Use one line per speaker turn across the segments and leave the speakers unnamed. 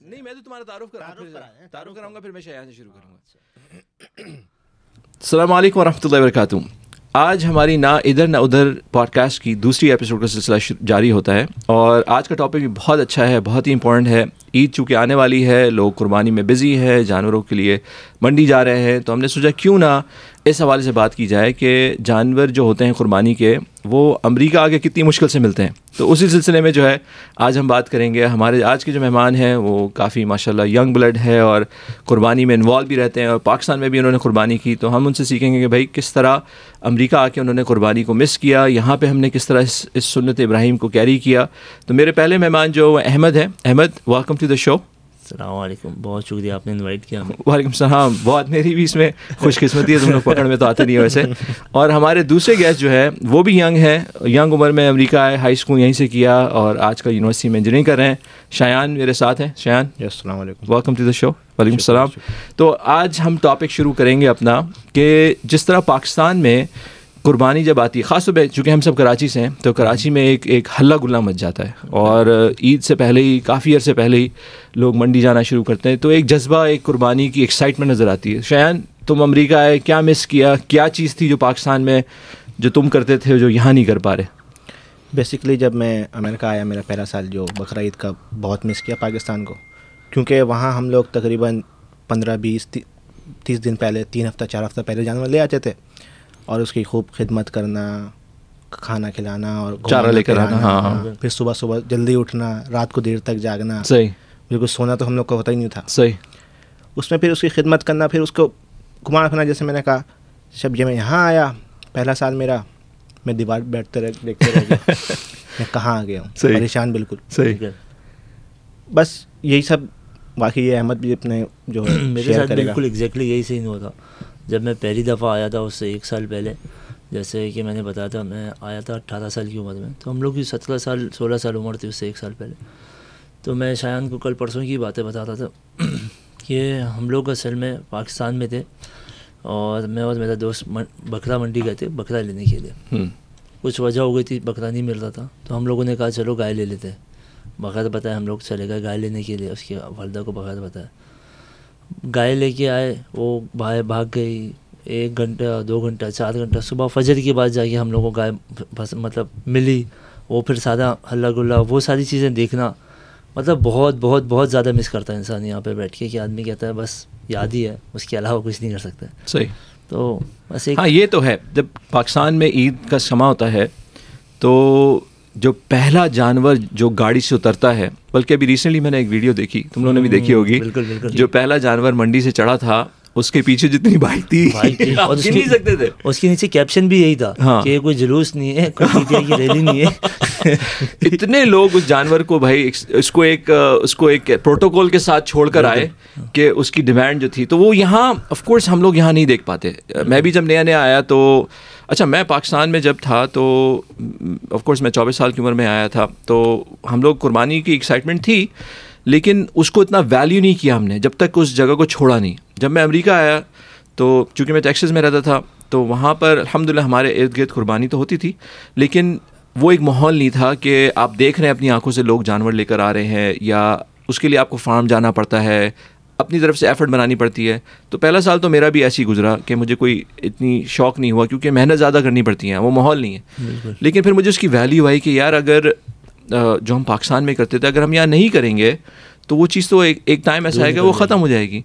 نہیں میں تو تمہارا تعارف
کرائیں،
کرا تعارف ہاں، کراؤں گا پھر میں شایان سے شروع کروں گا السلام علیکم ورحمۃ اللہ وبرکاتہ آج ہماری نہ ادھر نہ ادھر پوڈ کاسٹ کی دوسری ایپیسوڈ کا سلسلہ شر- جاری ہوتا ہے اور آج کا ٹاپک بھی بہت اچھا ہے بہت ہی امپورٹنٹ ہے عید چونکہ آنے والی ہے لوگ قربانی میں بزی ہے جانوروں کے لیے منڈی جا رہے ہیں تو ہم نے سوچا کیوں نہ اس حوالے سے بات کی جائے کہ جانور جو ہوتے ہیں قربانی کے وہ امریکہ آگے کتنی مشکل سے ملتے ہیں تو اسی سلسلے میں جو ہے آج ہم بات کریں گے ہمارے آج کے جو مہمان ہیں وہ کافی ماشاء اللہ ینگ بلڈ ہے اور قربانی میں انوالو بھی رہتے ہیں اور پاکستان میں بھی انہوں نے قربانی کی تو ہم ان سے سیکھیں گے کہ بھائی کس طرح امریکہ آ کے انہوں نے قربانی کو مس کیا یہاں پہ ہم نے کس طرح اس اس سنت ابراہیم کو کیری کیا تو میرے پہلے مہمان جو وہ احمد ہیں Ahmed welcome to the show
السلام علیکم بہت شکریہ آپ نے انوائٹ کیا ہمیں
وعلیکم السلام بہت میری بھی اس میں خوش قسمتی ہے تم لوگ پکڑ میں تو آتے نہیں ہو ویسے اور ہمارے دوسرے گیسٹ جو ہے وہ بھی ینگ ہے ینگ عمر میں امریکہ آئے ہائی اسکول یہیں سے کیا اور آج کل یونیورسٹی میں انجینئرنگ کر رہے ہیں شایان میرے ساتھ ہیں شایان
جی، السلام علیکم
ویلکم ٹو دا شو وعلیکم السلام تو آج ہم ٹاپک شروع کریں گے اپنا کہ جس طرح پاکستان میں قربانی جب آتی ہے خاص طور پہ چونکہ ہم سب کراچی سے ہیں تو کراچی میں ایک ایک ہلہ گلا مچ جاتا ہے اور عید سے پہلے ہی کافی عرصے پہلے ہی لوگ منڈی جانا شروع کرتے ہیں تو ایک جذبہ ایک قربانی کی ایکسائٹمنٹ نظر آتی ہے شایان تم امریکہ آئے کیا مس کیا کیا چیز تھی جو پاکستان میں جو تم کرتے تھے جو یہاں نہیں کر پا رہے
بیسکلی جب میں امریکہ آیا میرا پہلا سال جو بقرا عید کا بہت مس کیا پاکستان کو کیونکہ وہاں ہم لوگ تقریباً پندرہ بیس تی- تیس دن پہلے تین ہفتہ چار ہفتہ پہلے جانور لے آتے تھے اور اس کی خوب خدمت کرنا کھانا کھلانا اور
چارہ
گھمانا
لے کر آنا،
پھرانا،
ہاں،
پھر صبح صبح جلدی اٹھنا رات کو دیر تک جاگنا
صحیح
بالکل سونا تو ہم لوگ کا ہوتا ہی نہیں تھا
صحیح
اس میں پھر اس کی خدمت کرنا پھر اس کو گھمانا پھرنا جیسے میں نے کہا جب یہ میں یہاں آیا پہلا سال میرا میں دیوار پہ بیٹھتے رہ دیکھتے رہ گیا میں کہاں آ گیا ہوں
صحیح۔
پریشان بالکل
صحیح
بس یہی سب باقی یہ احمد بھی اپنے جو ہے
میرے
شیئر
ساتھ
کرے گا
بالکل ایگزیکٹلی یہی سین ہوا تھا جب میں پہلی دفعہ آیا تھا اس سے ایک سال پہلے جیسے کہ میں نے بتایا تھا میں آیا تھا اٹھارہ سال کی عمر میں تو ہم لوگ کی سترہ سال سولہ سال عمر تھی اس سے ایک سال پہلے تو میں شایان کو کل پرسوں کی باتیں بتا رہا تھا کہ ہم لوگ اصل میں پاکستان میں تھے اور میں اور میرا دوست من- بکرا منڈی گئے تھے بکرا لینے کے لیے
ہوں
کچھ وجہ ہو گئی تھی بکرا نہیں مل رہا تھا تو ہم لوگوں نے کہا چلو گائے لے لیتے ہیں بغیر بتایا ہم لوگ چلے گئے گائے لینے کے لیے اس کے والدہ کو بغیر بتایا گائے لے کے آئے وہ بھائی بھاگ گئی ایک گھنٹہ دو گھنٹہ چار گھنٹہ صبح فجر کے بعد جا کے ہم لوگوں کو گائے پھنس- مطلب ملی وہ پھر سادہ ہلّا گلا وہ ساری چیزیں دیکھنا مطلب بہت بہت بہت زیادہ مس کرتا ہے انسان یہاں پہ بیٹھ کے کہ آدمی کہتا ہے بس یاد ہی ہے اس کے علاوہ کچھ نہیں کر سکتا ہے۔
صحیح
تو بس ایک
ہاں یہ تو ہے جب پاکستان میں عید کا سما ہوتا ہے تو جو پہلا جانور جو گاڑی سے اترتا ہے بلکہ ابھی ریسنٹلی میں نے ایک ویڈیو دیکھی تم لوگوں نے بھی دیکھی ہوگی
بالکل، بالکل۔ جی۔
جو پہلا جانور منڈی سے چڑھا تھا اس کے پیچھے جتنی بائک تھی
بھائی تھی۔
آپ
اور اس
گن
کی-
نہیں سکتے تھے
اس کے نیچے کیپشن بھی یہی تھا
ہاں۔
کہ یہ کوئی جلوس نہیں ہے کوئی پی ٹی آئی کی ریلی نہیں ہے
اتنے لوگ اس جانور کو بھائی اس کو ایک اس کو ایک پروٹوکول کے ساتھ چھوڑ کر آئے کہ اس کی ڈیمانڈ جو تھی تو وہ یہاں آف کورس ہم لوگ یہاں نہیں دیکھ پاتے میں بھی جب نیا نیا آیا تو اچھا میں پاکستان میں جب تھا تو آف کورس میں چوبیس سال کی عمر میں آیا تھا تو ہم لوگ قربانی کی ایکسائٹمنٹ تھی لیکن اس کو اتنا ویلیو نہیں کیا ہم نے جب تک اس جگہ کو چھوڑا نہیں جب میں امریکہ آیا تو چونکہ میں ٹیکسز میں رہتا تھا تو وہاں پر الحمد للہ ہمارے ارد گرد قربانی تو ہوتی تھی لیکن وہ ایک ماحول نہیں تھا کہ آپ دیکھ رہے ہیں اپنی آنکھوں سے لوگ جانور لے کر آ رہے ہیں یا اس کے لیے آپ کو فارم جانا پڑتا ہے اپنی طرف سے ایفرٹ بنانی پڑتی ہے تو پہلا سال تو میرا بھی ایسے ہی گزرا کہ مجھے کوئی اتنی شوق نہیں ہوا کیونکہ محنت زیادہ کرنی پڑتی ہے وہ ماحول نہیں ہے لیکن پھر مجھے اس کی ویلیو آئی کہ یار اگر آ، جو ہم پاکستان میں کرتے تھے اگر ہم یہاں نہیں کریں گے تو وہ چیز تو ایک ایک ٹائم ایسا آئے گا وہ ختم ہو جائے گی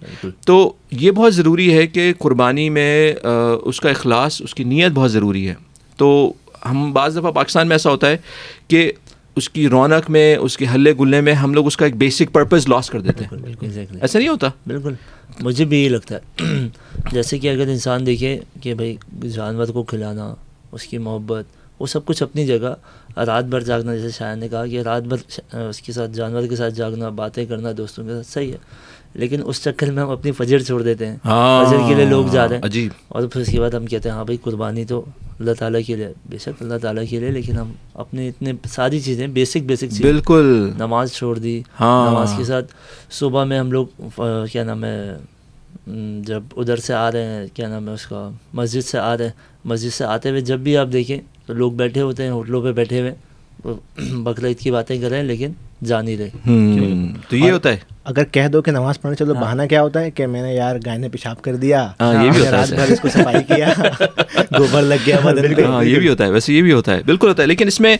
تو یہ بہت ضروری ہے کہ قربانی میں آ، اس کا اخلاص اس کی نیت بہت ضروری ہے تو ہم بعض دفعہ پاکستان میں ایسا ہوتا ہے کہ اس کی رونق میں اس کے ہلے گلے میں ہم لوگ اس کا ایک بیسک پرپز لاس کر دیتے ہیں
Exactly.
ایسا نہیں ہوتا
بالکل مجھے بھی یہی لگتا ہے جیسے کہ اگر انسان دیکھے کہ بھائی جانور کو کھلانا اس کی محبت وہ سب کچھ اپنی جگہ رات بھر جاگنا جیسے شاعر نے کہا کہ رات بھر ش- اس کے ساتھ جانور کے ساتھ جاگنا باتیں کرنا دوستوں کے ساتھ صحیح ہے لیکن اس چکر میں ہم اپنی فجر چھوڑ دیتے ہیں فجر کے لیے لوگ جا رہے ہیں
ہاں۔ عجیب
اور پھر اس کے بعد ہم کہتے ہیں ہاں بھائی قربانی تو اللہ تعالیٰ کے لیے بے شک اللہ تعالیٰ کے لیے لیکن ہم اپنے اتنے ساری چیزیں بیسک بیسک چیزیں
بالکل
نماز چھوڑ دی
ہاں۔
نماز کے ساتھ صبح میں ہم لوگ آ، کیا نام ہے م، جب ادھر سے آ رہے ہیں کیا نام ہے اس کا مسجد سے آ رہے ہیں مسجد سے آتے ہوئے جب بھی آپ دیکھیں تو لوگ بیٹھے ہوتے ہیں ہوٹلوں پہ بیٹھے ہوئے وہ بقرعید کی باتیں کر رہے ہیں لیکن جا نہیں رہے
تو یہ ہوتا ہے ہاں۔
اگر کہہ دو کہ نماز پڑھنے چلو بہانا کیا ہوتا ہے کہ میں نے یار گائے نے پیشاب کر دیا
یہ بھی ہوتا ہے
رات بھر اس کو صفائی کیا گوبر لگ گیا بدن پہ
ہاں یہ بھی ہوتا ہے ویسے یہ بھی ہوتا ہے بالکل ہوتا ہے لیکن اس میں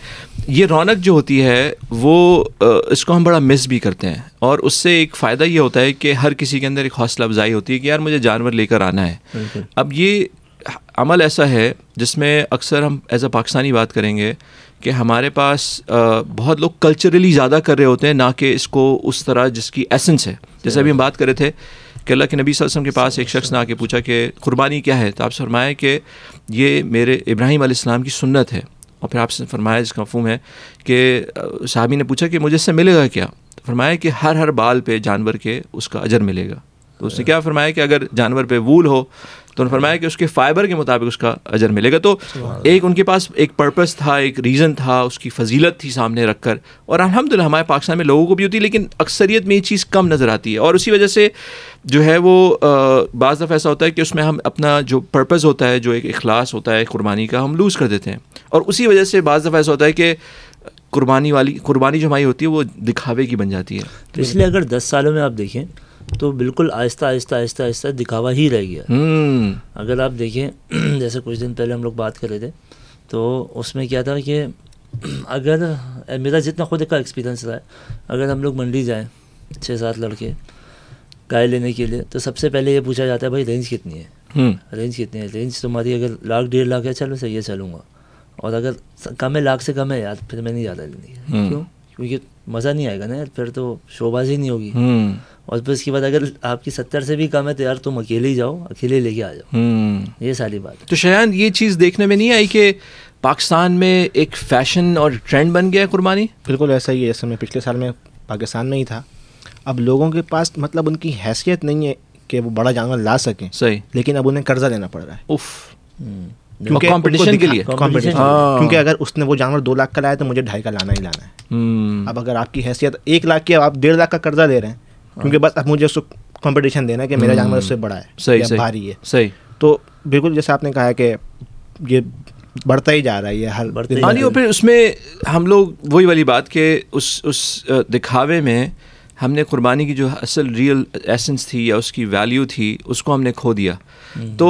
یہ رونق جو ہوتی ہے وہ اس کو ہم بڑا مس بھی کرتے ہیں اور اس سے ایک فائدہ یہ ہوتا ہے کہ ہر کسی کے اندر ایک حوصلہ افزائی ہوتی ہے کہ یار مجھے جانور لے کر آنا ہے اب یہ عمل ایسا ہے جس میں اکثر ہم ایز اے پاکستانی بات کریں گے کہ ہمارے پاس بہت لوگ کلچرلی زیادہ کر رہے ہوتے ہیں نہ کہ اس کو اس طرح جس کی ایسنس ہے جیسے ابھی ہم بات کر رہے تھے کہ اللہ کے نبی صلی اللہ علیہ وسلم کے پاس ایک شخص نے آ کے پوچھا کہ قربانی کیا ہے تو آپ سے فرمایا کہ یہ میرے ابراہیم علیہ السلام کی سنت ہے اور پھر آپ سے فرمایا اس کا مفہوم ہے کہ صحابی نے پوچھا کہ مجھے اس سے ملے گا کیا تو فرمایا کہ ہر ہر بال پہ جانور کے اس کا اجر ملے گا تو اس نے کیا فرمایا کہ اگر جانور پہ وول ہو تو انہوں نے فرمایا کہ اس کے فائبر کے مطابق اس کا اجر ملے گا تو ایک ان کے پاس ایک پرپس تھا ایک ریزن تھا اس کی فضیلت تھی سامنے رکھ کر اور الحمد للہ ہمارے پاکستان میں لوگوں کو بھی ہوتی ہے لیکن اکثریت میں یہ چیز کم نظر آتی ہے اور اسی وجہ سے جو ہے وہ آ، بعض دفعہ ایسا ہوتا ہے کہ اس میں ہم اپنا جو پرپز ہوتا ہے جو ایک اخلاص ہوتا ہے قربانی کا ہم لوز کر دیتے ہیں اور اسی وجہ سے بعض دفعہ ایسا ہوتا ہے کہ قربانی والی قربانی جو ہماری ہوتی ہے وہ دکھاوے کی بن جاتی ہے
تو اس لیے اگر دس سالوں میں آپ دیکھیں تو بالکل آہستہ آہستہ آہستہ آہستہ دکھاوا ہی رہ گیا
ہوں
اگر آپ دیکھیں جیسے کچھ دن پہلے ہم لوگ بات کر رہے تھے تو اس میں کیا تھا کہ اگر میرا جتنا خود کا ایکسپیرینس رہا ہے اگر ہم لوگ منڈی جائیں چھ سات لڑکے گائے لینے کے لیے تو سب سے پہلے یہ پوچھا جاتا ہے بھائی رینج کتنی ہے
ہوں
رینج کتنی ہے رینج تمہاری اگر لاکھ ڈیڑھ لاکھ ہے چلو صحیح ہے چلوں گا اور اگر س- کم ہے لاکھ سے کم ہے یار پھر میں نہیں جاتا لینے کے لیے۔
ہوں۔
کیوں کیونکہ مزہ نہیں آئے گا نا یار پھر تو شو بازی نہیں ہوگی
ہوں
اور پھر اس کے بعد اگر آپ کی ستر سے بھی کم ہے تو یار تم اکیلے ہی جاؤ اکیلے لے کے آ جاؤ
ہوں
یہ ساری بات ہے
تو شیان یہ چیز دیکھنے میں نہیں آئی کہ پاکستان میں ایک فیشن اور ٹرینڈ بن گیا ہے قربانی
بالکل ایسا ہی ہے جیسے میں پچھلے سال میں پاکستان میں ہی تھا اب لوگوں کے پاس مطلب ان کی حیثیت نہیں ہے کہ وہ بڑا جانور لا سکیں
صحیح
لیکن اب انہیں قرضہ لینا پڑ رہا ہے
اف
ہوں۔
کیونکہ competition کے لیے۔
کمپٹیشن
ہاں۔
کیونکہ اگر اس نے وہ جانور دو لاکھ کا لایا تو مجھے ڈھائی کا لانا ہی لانا ہے
ہوں
اب اگر آپ کی حیثیت ایک لاکھ کی اب آپ ڈیڑھ لاکھ کا قرضہ دے رہے ہیں کیونکہ بس اب مجھے اس کو کمپٹیشن دینا ہے کہ میرا جانور اس سے بڑا ہے
صحیح
یا بھاری
صحیح
ہے
صحیح
تو بالکل جیسے آپ نے کہا ہے کہ یہ بڑھتا ہی جا رہا ہے یہ ہر
بڑھتا ہی
دن
جا
ہاں
بہ
نہیں
دن۔
اور پھر اس میں ہم لوگ وہی والی بات کہ اس اس اہ، دکھاوے میں ہم نے قربانی کی جو اصل ریئل ایسنس تھی یا اس کی ویلیو تھی اس کو ہم نے کھو دیا تو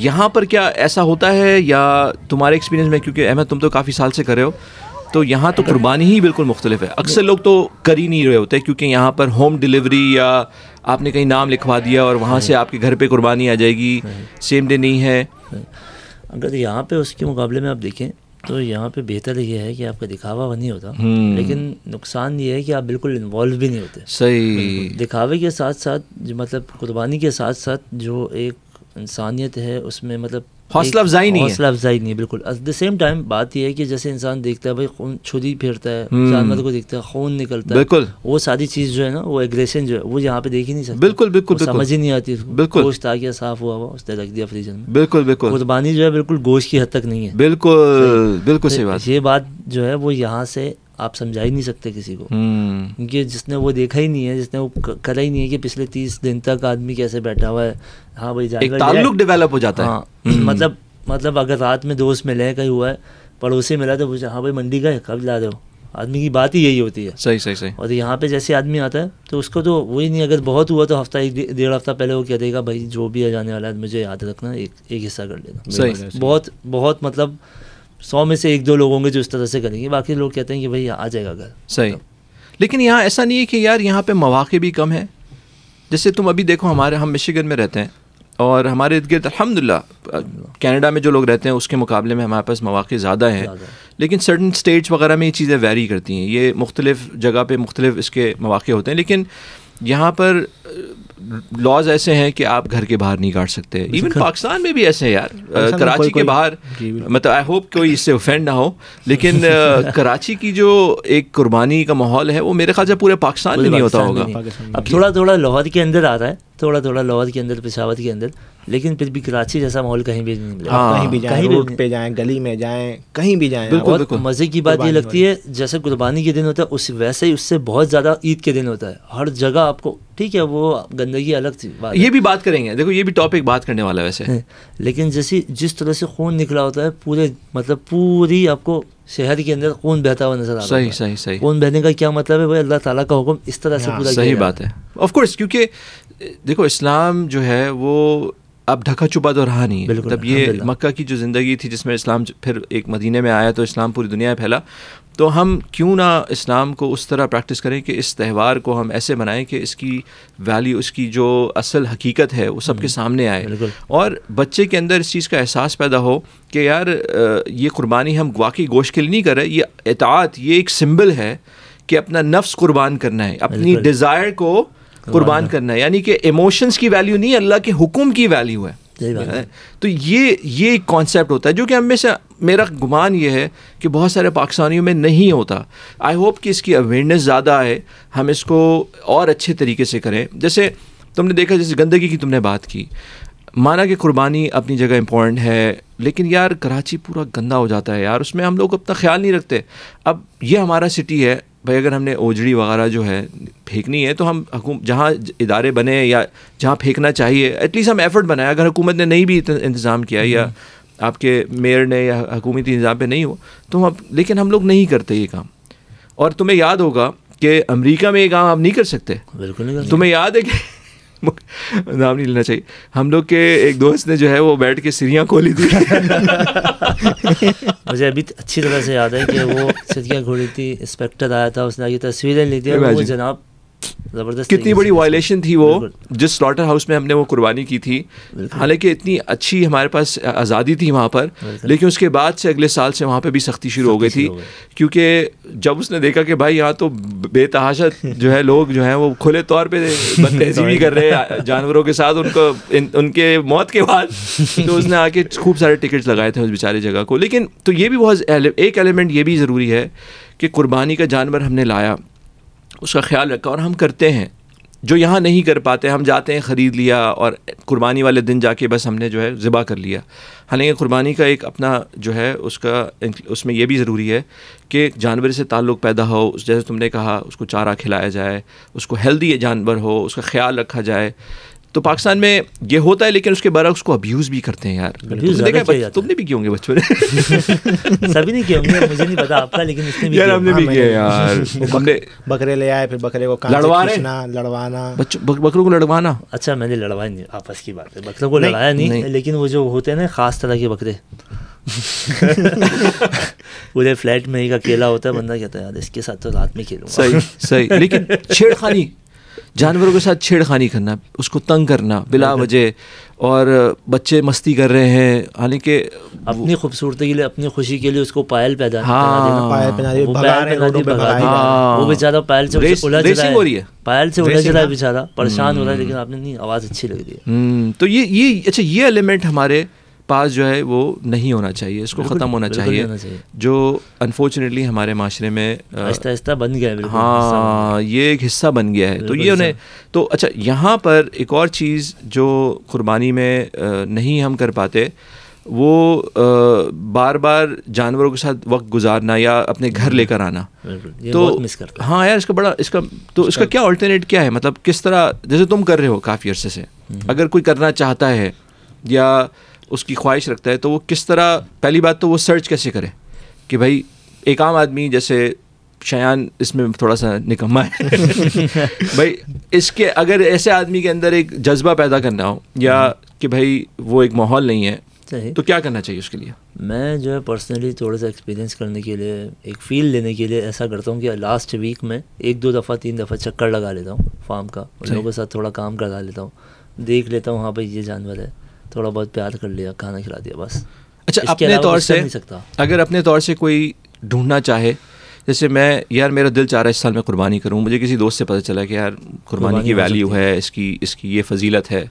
یہاں پر کیا ایسا ہوتا ہے یا تمہارے ایکسپیرینس میں کیونکہ احمد تم تو کافی سال سے کر رہے ہو تو یہاں تو قربانی ہی بالکل مختلف ہے اکثر لوگ تو کر ہی نہیں رہے ہوتے کیونکہ یہاں پر ہوم ڈلیوری یا آپ نے کہیں نام لکھوا دیا اور وہاں سے آپ کے گھر پہ قربانی آ جائے گی سیم ڈے نہیں ہے
اگر یہاں پہ اس کے مقابلے میں آپ دیکھیں تو یہاں پہ بہتر یہ ہے کہ آپ کا دکھاوا وہ نہیں ہوتا
ہوں۔
لیکن نقصان یہ ہے کہ آپ بالکل انوالو بھی نہیں ہوتے
صحیح
دکھاوے کے ساتھ ساتھ جو مطلب قربانی کے ساتھ ساتھ جو ایک انسانیت ہے اس میں مطلب
حوصلہ
ایک
افزائی نہیں ہے۔
حوصلہ افزائی نہیں ہے بالکل ایٹ دا سیم ٹائم بات یہ ہے کہ جیسے انسان دیکھتا ہے بھائی خون چھری پھیرتا ہے جانور کو دیکھتا ہے خون نکلتا ہے
بالکل۔
وہ ساری چیز جو ہے نا وہ ایگریشن جو ہے وہ یہاں پہ دیکھ ہی نہیں سکتا
بالکل، بالکل،
وہ
بالکل۔
سمجھ ہی نہیں آتی اس کو۔
بالکل۔
گوشت آ گیا صاف ہوا ہوا اس نے رکھ دیا فریجر میں
بالکل بالکل
قربانی جو ہے بالکل گوشت کی حد تک نہیں ہے
بالکل بالکل صحیح بات
یہ بات جو ہے وہ یہاں سے آپ سمجھا ہی نہیں سکتے کسی کو
ہوں
کیونکہ جس نے وہ دیکھا ہی نہیں ہے جس نے وہ ک- کرا ہی نہیں ہے کہ پچھلے تیس دن تک آدمی کیسے بیٹھا ہوا ہے ہاں بھائی
ایک
جانور
تعلق
لے آئے۔
ڈیولپ ہو جاتا
ہاں
ہے
مطلب مطلب اگر رات میں دوست ملے ہیں، کہیں ہوا ہے پڑوسی ملا تو پوچھا ہاں بھائی منڈی گئے کب لا رہے ہو آدمی کی بات ہی یہی ہوتی ہے
صحیح صحیح صحیح
اور یہاں پہ جیسے آدمی آتا ہے تو اس کو تو وہی نہیں اگر بہت ہوا تو ہفتہ ایک ڈی- ڈیڑھ ہفتہ پہلے وہ کہہ دے گا بھائی جو بھی ہے جانے والا ہے مجھے یاد رکھنا ایک ایک حصہ کر
صحیح۔
لینا بہت بہت مطلب سو میں سے ایک دو لوگ ہوں گے جو اس طرح سے کریں گے باقی لوگ کہتے ہیں کہ بھائی آ جائے گا گھر
صحیح لیکن یہاں ایسا نہیں ہے کہ یار یہاں پہ مواقع بھی کم ہیں جیسے تم ابھی دیکھو ہمارے ہم مشیگن میں رہتے ہیں اور ہمارے ارد گرد الحمد للہ کینیڈا میں جو لوگ رہتے ہیں اس کے مقابلے میں ہمارے پاس مواقع زیادہ ہیں
زیادہ ہے۔
لیکن سرٹن اسٹیٹس وغیرہ میں یہ چیزیں ویری کرتی ہیں یہ مختلف جگہ پہ مختلف اس کے مواقع ہوتے ہیں لیکن یہاں پر لاز ایسے ہیں کہ آپ گھر کے باہر نہیں کاٹ سکتے ایون پاکستان میں بھی ایسے ہیں یار کراچی کے باہر مطلب آئی ہوپ کوئی اس سے اوفینڈ نہ ہو لیکن کراچی کی جو ایک قربانی کا ماحول ہے وہ میرے خیال سے پورے پاکستان میں نہیں ہوتا ہوگا
اب تھوڑا تھوڑا لاہور کے اندر آ رہا ہے تھوڑا تھوڑا لاہور کے اندر پشاور کے اندر لیکن پھر بھی کراچی جیسا ماحول کہیں بھی نہیں ملے گا
ہاں،
کہیں بھی جائیں
کہیں بھی
روڈ
نہیں۔
پہ جائیں گلی میں جائیں کہیں بھی جائیں
بالکل،
آپ-
بہت مزے کی بات یہ
قربانی
لگتی ہے جیسے قربانی کے دن ہوتا ہے اس ویسے ہی اس سے بہت زیادہ عید کے دن ہوتا ہے ہر جگہ آپ کو ٹھیک ہے وہ گندگی الگ تھی بات ہے۔
یہ بھی بات کریں گے دیکھو یہ بھی ٹاپک بات کرنے والا ہے ویسے
ہے۔ لیکن جیسی جس طرح سے خون نکلا ہوتا ہے پورے مطلب پوری آپ کو شہر کے اندر خون بہتا ہوا نظر آ رہا
صحیح
ہوتا ہے۔
صحیح صحیح
خون بہنے کا کیا مطلب ہے وہ اللہ تعالیٰ کا حکم اس طرح سے
ہاں،
پورا
صحیح
کیا
بات ہے آف کورس کیونکہ دیکھو اسلام جو ہے وہ اب ڈھکا چھپا تو رہا نہیں
بالکل،
مطلب یہ
الحمدللہ۔
مکہ کی جو زندگی تھی جس میں اسلام پھر ایک مدینے میں آیا تو اسلام پوری دنیا میں پھیلا تو ہم کیوں نہ اسلام کو اس طرح پریکٹس کریں کہ اس تہوار کو ہم ایسے منائیں کہ اس کی ویلیو اس کی جو اصل حقیقت ہے وہ سب کے سامنے آئے
بالکل۔
اور بچے کے اندر اس چیز کا احساس پیدا ہو کہ یار اہ، یہ قربانی ہم واقعی گوشت کے لیے نہیں کر رہے یہ اطاعت یہ ایک سمبل ہے کہ اپنا نفس قربان کرنا ہے اپنی
بالکل۔
ڈیزائر کو قربان کرنا ہے یعنی کہ ایموشنز کی ویلیو نہیں اللہ کے حکم کی ویلیو
صحیح بات
ہے تو یہ یہ ایک کانسیپٹ ہوتا ہے جو کہ ہم میں سے میرا گمان یہ ہے کہ بہت سارے پاکستانیوں میں نہیں ہوتا آئی ہوپ کہ اس کی اویئرنیس زیادہ آئے ہم اس کو اور اچھے طریقے سے کریں جیسے تم نے دیکھا جیسے گندگی کی تم نے بات کی مانا کہ قربانی اپنی جگہ امپورٹنٹ ہے لیکن یار کراچی پورا گندا ہو جاتا ہے یار اس میں ہم لوگ اپنا خیال نہیں رکھتے اب یہ ہمارا سٹی ہے بھائی اگر ہم نے اوجڑی وغیرہ جو ہے پھینکنی ہے تو ہم حکوم جہاں ادارے بنے یا جہاں پھینکنا چاہیے ایٹ لیسٹ ہم ایفرٹ بنائیں اگر حکومت نے نہیں بھی اتنا انتظام کیا یا آپ کے میئر نے یا حکومتی نظام پہ نہیں ہو تو ہم لیکن ہم لوگ نہیں کرتے یہ کام اور تمہیں یاد ہوگا کہ امریکہ میں یہ کام آپ نہیں کر سکتے
ہے۔ بالکل نہیں کرتا۔
تمہیں یاد ہے کہ نام نہیں لینا چاہیے ہم لوگ کے ایک دوست نے جو ہے وہ بیٹھ کے سیریاں کھولی تھی
مجھے ابھی اچھی طرح سے یاد ہے کہ وہ سدکیاں گھوڑی تھی انسپیکٹر آیا تھا اس نے آگے تصویریں لی تھی اور وہ
Imagine.
جناب زبردست
جی۔ کتنی بڑی وائلیشن تھی وہ جس سلاٹر ہاؤس میں ہم نے وہ قربانی کی تھی
بالکل۔
حالانکہ اتنی اچھی ہمارے پاس آزادی تھی وہاں پر
بالکل۔
لیکن اس کے بعد سے اگلے سال سے وہاں پہ بھی سختی شروع ہو گئی
سختی
تھی
شروع ہو
کیونکہ جب اس نے دیکھا کہ بھائی یہاں تو بے تحاشا جو ہے لوگ جو ہیں وہ کھلے طور پہ بد تہذیبی کر رہے ہیں جانوروں کے ساتھ ان کو ان ان کے موت کے بعد تو اس نے آ کے خوب سارے ٹکٹس لگائے تھے اس بیچارے جگہ کو لیکن تو یہ بھی بہت ایل- ایک ایلیمنٹ یہ بھی ضروری ہے کہ قربانی کا جانور ہم نے لایا اس کا خیال رکھا اور ہم کرتے ہیں جو یہاں نہیں کر پاتے ہم جاتے ہیں خرید لیا اور قربانی والے دن جا کے بس ہم نے جو ہے ذبح کر لیا حالانکہ قربانی کا ایک اپنا جو ہے اس کا اس میں یہ بھی ضروری ہے کہ جانور سے تعلق پیدا ہو اس جیسے تم نے کہا اس کو چارہ کھلایا جائے اس کو ہیلدی جانور ہو اس کا خیال رکھا جائے تو پاکستان میں یہ ہوتا ہے لیکن اس کے برعکس اس کو ابیوز بھی کرتے ہیں یار تم
Abuse
نے
زیادہ
دیکھا
کیا
ہے،
جاتا
تم
ہے۔
نے بھی کیے ہوں گے بچپن میں
سبھی نہیں کیا ہوں گے مجھے نہیں پتا آپ کا لیکن اس نے بھی
یار
کیا
ہم نے
ہوگا۔
بھی
میں
کیا
نے-
یار ہم نے
بکرے لے آئے پھر بکرے کو کان سے
لڑوا رہے؟
کھینچنا لڑوانا
بچوں بک- بکروں کو لڑوانا
اچھا میں نے لڑوایا نہیں آپس کی بات ہے بکروں کو
نہیں،
لڑایا نہیں
نہیں۔
لیکن وہ جو ہوتے ہیں نا خاص طرح کے بکرے پورے فلیٹ میں ایک اکیلا ہوتا ہے بندہ کہتا ہے یار اس کے ساتھ تو رات میں کھیلوں گا
صحیح صحیح لیکن چھیڑ خانی جانوروں کے ساتھ چھیڑ خانی کرنا اس کو تنگ کرنا بلا وجہ اور بچے مستی کر رہے ہیں یعنی حالانکہ
اپنی خوبصورتی کے لیے اپنی خوشی کے لیے اس کو پائل پیدا
ہاں،
پائے پہنا دی
وہ
بھگا
پائل
رہے
پہنا دی
روڈوں پہ
بھگا
بھگائی
دی
جا رہے
ہاں۔
وہ بیچارہ پائل سے
Race-
الجھ
racing
رہا
ہو رہی ہے۔
ہے پائل سے الجھ
Racing
رہا ہے
نا؟
بیچارہ پریشان ہو رہا ہے لیکن آپ نے نہیں آواز اچھی لگ رہی ہے
ہم، تو یہ یہ اچھا یہ ایلیمنٹ ہمارے پاس جو ہے وہ نہیں ہونا چاہیے اس کو
بالکل-
ختم ہونا
بالکل
چاہیے
نہیں ہونا چاہیے۔
جو انفارچونیٹلی ہمارے معاشرے میں آ،
آہستہ آہستہ بن گیا ہے بالکل
ہاں یہ ایک حصہ بن گیا ہے تو
بالکل
یہ انہیں
حصہ۔
تو اچھا یہاں پر ایک اور چیز جو قربانی میں اہ، نہیں ہم کر پاتے وہ اہ، بار بار جانوروں کے ساتھ وقت گزارنا یا اپنے گھر لے کر آنا
بالکل یہ بہت مس کرتا ہے
ہاں یار اس کا بڑا اس کا تو اس کا کیا آلٹرنیٹ کیا ہے مطلب کس طرح جیسے تم کر رہے ہو کافی عرصے سے اگر کوئی کرنا چاہتا ہے یا اس کی خواہش رکھتا ہے تو وہ کس طرح پہلی بات تو وہ سرچ کیسے کرے کہ بھائی ایک عام آدمی جیسے شیان اس میں تھوڑا سا نکما ہے بھائی اس کے اگر ایسے آدمی کے اندر ایک جذبہ پیدا کرنا ہو یا کہ بھائی وہ ایک ماحول نہیں ہے
صحیح
تو کیا کرنا چاہیے اس کے لیے
میں جو ہے پرسنلی تھوڑا سا ایکسپیرینس کرنے کے لیے ایک فیل لینے کے لیے ایسا کرتا ہوں کہ لاسٹ ویک میں ایک دو دفعہ تین دفعہ چکر لگا لیتا ہوں فارم کا ان
صحیح۔
لوگوں کے ساتھ تھوڑا کام کرا لیتا ہوں دیکھ لیتا ہوں ہاں بھائی یہ جانور ہے تھوڑا بہت پیار کر لیا کھانا کھلا دیا بس
اچھا
اس کے
اپنے
علاوہ
طور
کچھ کر
سے
نہیں سکتا
اگر اپنے طور سے کوئی ڈھونڈنا چاہے جیسے میں یار میرا دل چاہ رہا ہے اس سال میں قربانی کروں مجھے کسی دوست سے پتہ چلا کہ یار قربانی
قربانی
کی
ہو
ویلیو
سکتی
ہے اس کی اس کی یہ فضیلت ہے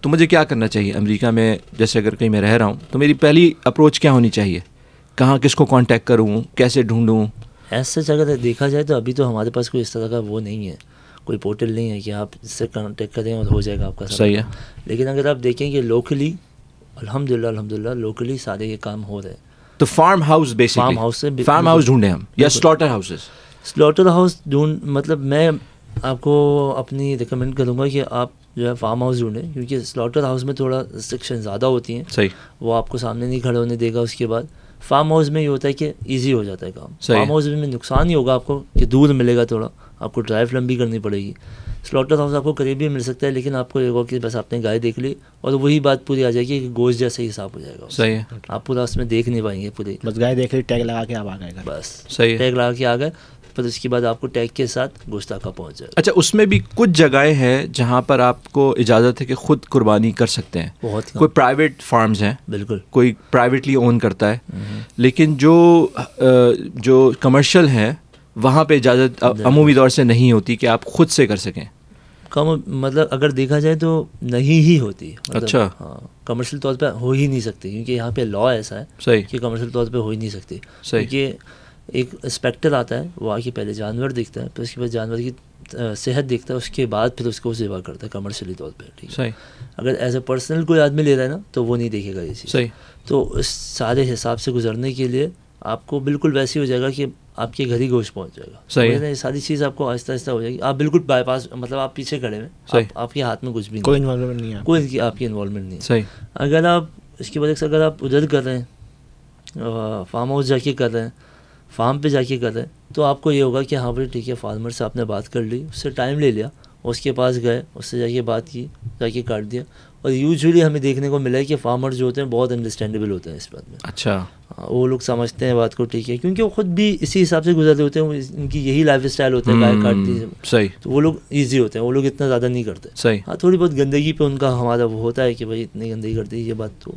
تو مجھے کیا کرنا چاہیے امریکہ میں جیسے اگر کہیں میں رہ رہا ہوں تو میری پہلی اپروچ کیا ہونی چاہیے کہاں کس کو کانٹیکٹ کروں کیسے ڈھونڈوں
ایسے اگر دیکھا جائے تو ابھی تو ہمارے پاس کوئی اس طرح کا وہ نہیں ہے کوئی پورٹل نہیں ہے کہ آپ اس سے کانٹیکٹ کریں اور ہو جائے گا آپ کا سب۔
صحیح ہے
لیکن اگر آپ دیکھیں کہ لوکلی الحمد للہ الحمد للہ لوکلی سارے یہ کام ہو رہے ہیں
تو farm house basically
Farm house سے بھی-
فارم ہاؤس ڈھونڈیں ہم یا
بالکل۔
سلاٹر ہاؤسز
سلاٹر ہاؤس ڈھونڈ مطلب میں آپ کو اپنی ریکمینڈ کروں گا کہ آپ جو ہے فارم ہاؤس ڈھونڈیں کیونکہ سلاٹر ہاؤس میں تھوڑا ریسٹرکشن زیادہ ہوتی ہیں
صحیح
وہ آپ کو سامنے نہیں کھڑے ہونے دے گا اس کے بعد فارم ہاؤس میں یہ ہوتا ہے کہ ایزی ہو جاتا ہے کام
صحیح۔
فارم ہاؤس میں نقصان ہی ہوگا آپ کو کہ دور ملے گا تھوڑا آپ کو ڈرائیو لمبی کرنی پڑے گی سلاٹر ہاؤس آپ کو قریب بھی مل سکتا ہے لیکن آپ کو یہ ہوگا کہ بس آپ نے گائے دیکھ لی اور وہی بات پوری آ جائے گی کہ گوشت جیسا ہی حساب ہو جائے گا
صحیح ہے
آپ پورا اس میں دیکھ نہیں پائیں گے پوری
بس گائے دیکھ لی ٹیگ لگا کے آپ آ گئے گا
بس
صحیح ہے
ٹیگ لگا کے آ گئے پھر اس کے بعد آپ کو ٹیگ کے ساتھ گستاخا پہنچ جائے
اچھا اس میں بھی کچھ جگہیں ہیں جہاں پر آپ کو اجازت ہے کہ خود قربانی کر سکتے ہیں
بہت کم
کوئی پرائیویٹ فارمز ہیں
بالکل
کوئی پرائیویٹلی اون کرتا ہے لیکن جو آ، جو کمرشل ہیں وہاں پہ اجازت آ- عمومی طور سے نہیں ہوتی کہ آپ خود سے کر سکیں
کم مطلب اگر دیکھا جائے تو نہیں ہی ہوتی مطلب
اچھا۔
ہاں کمرشل طور پہ ہو ہی نہیں سکتی کیونکہ یہاں پہ لاء ایسا ہے
صحیح
کہ کمرشل طور پہ ہو ہی نہیں سکتی
صحیح۔
کیونکہ ایک اسپیکٹر آتا ہے وہ آ کے پہلے جانور دیکھتا ہے پھر اس کے بعد جانور کی آ، صحت دیکھتا ہے اس کے بعد پھر اس کو ذبح کرتا ہے کمرشلی طور پہ ٹھیک ہے
صحیح
اگر ایز اے پرسنل کوئی آدمی لے رہا ہے نا تو وہ نہیں دیکھے گا یہ چیز
صحیح
تو اس سارے حساب سے گزرنے کے لیے آپ کو بالکل ویسے ہی ہو جائے گا کہ آپ کے گھر ہی گوشت پہنچ جائے گا
صحیح ہے۔
ورنہ یہ ساری چیز آپ کو آہستہ آہستہ ہو جائے گی آپ بالکل بائی پاس مطلب آپ پیچھے کھڑے ہوئے ہیں۔
صحیح۔
آپ- آپ کے ہاتھ میں کچھ بھی
کوئی
نہیں
انوالومنٹ نہیں ہے
ہے۔ کوئی اس کی آپ کی انوالومنٹ نہیں ہے۔
صحیح
اگر آپ اس کی وجہ سے اگر آپ ادھر کر رہے ہیں فارم ہاؤس جا کے کر رہے ہیں فارم پہ جا کے کر رہے ہیں تو آپ کو یہ ہوگا کہ ہاں بھائی ٹھیک ہے فارمر سے آپ نے بات کر لی اس سے ٹائم لے لیا اس کے پاس گئے اس سے جا کے بات کی جا کے کاٹ دیا اور یوزلی ہمیں دیکھنے کو ملا ہے کہ فارمر جو ہوتے ہیں بہت انڈرسٹینڈیبل ہوتے ہیں اس بات میں
اچھا
ہاں، وہ لوگ سمجھتے ہیں بات کو ٹھیک ہے کیونکہ وہ خود بھی اسی حساب سے گزرتے ہوتے ہیں وہ اس- ان کی یہی لائف اسٹائل ہوتا ہے گائے کاٹتی ہے
صحیح
تو وہ لوگ ایزی ہوتے ہیں وہ لوگ اتنا زیادہ نہیں کرتے
صحیح
ہاں تھوڑی بہت گندگی پہ ان کا ہمارا وہ ہوتا ہے کہ بھائی اتنی گندگی کرتے ہیں، یہ بات تو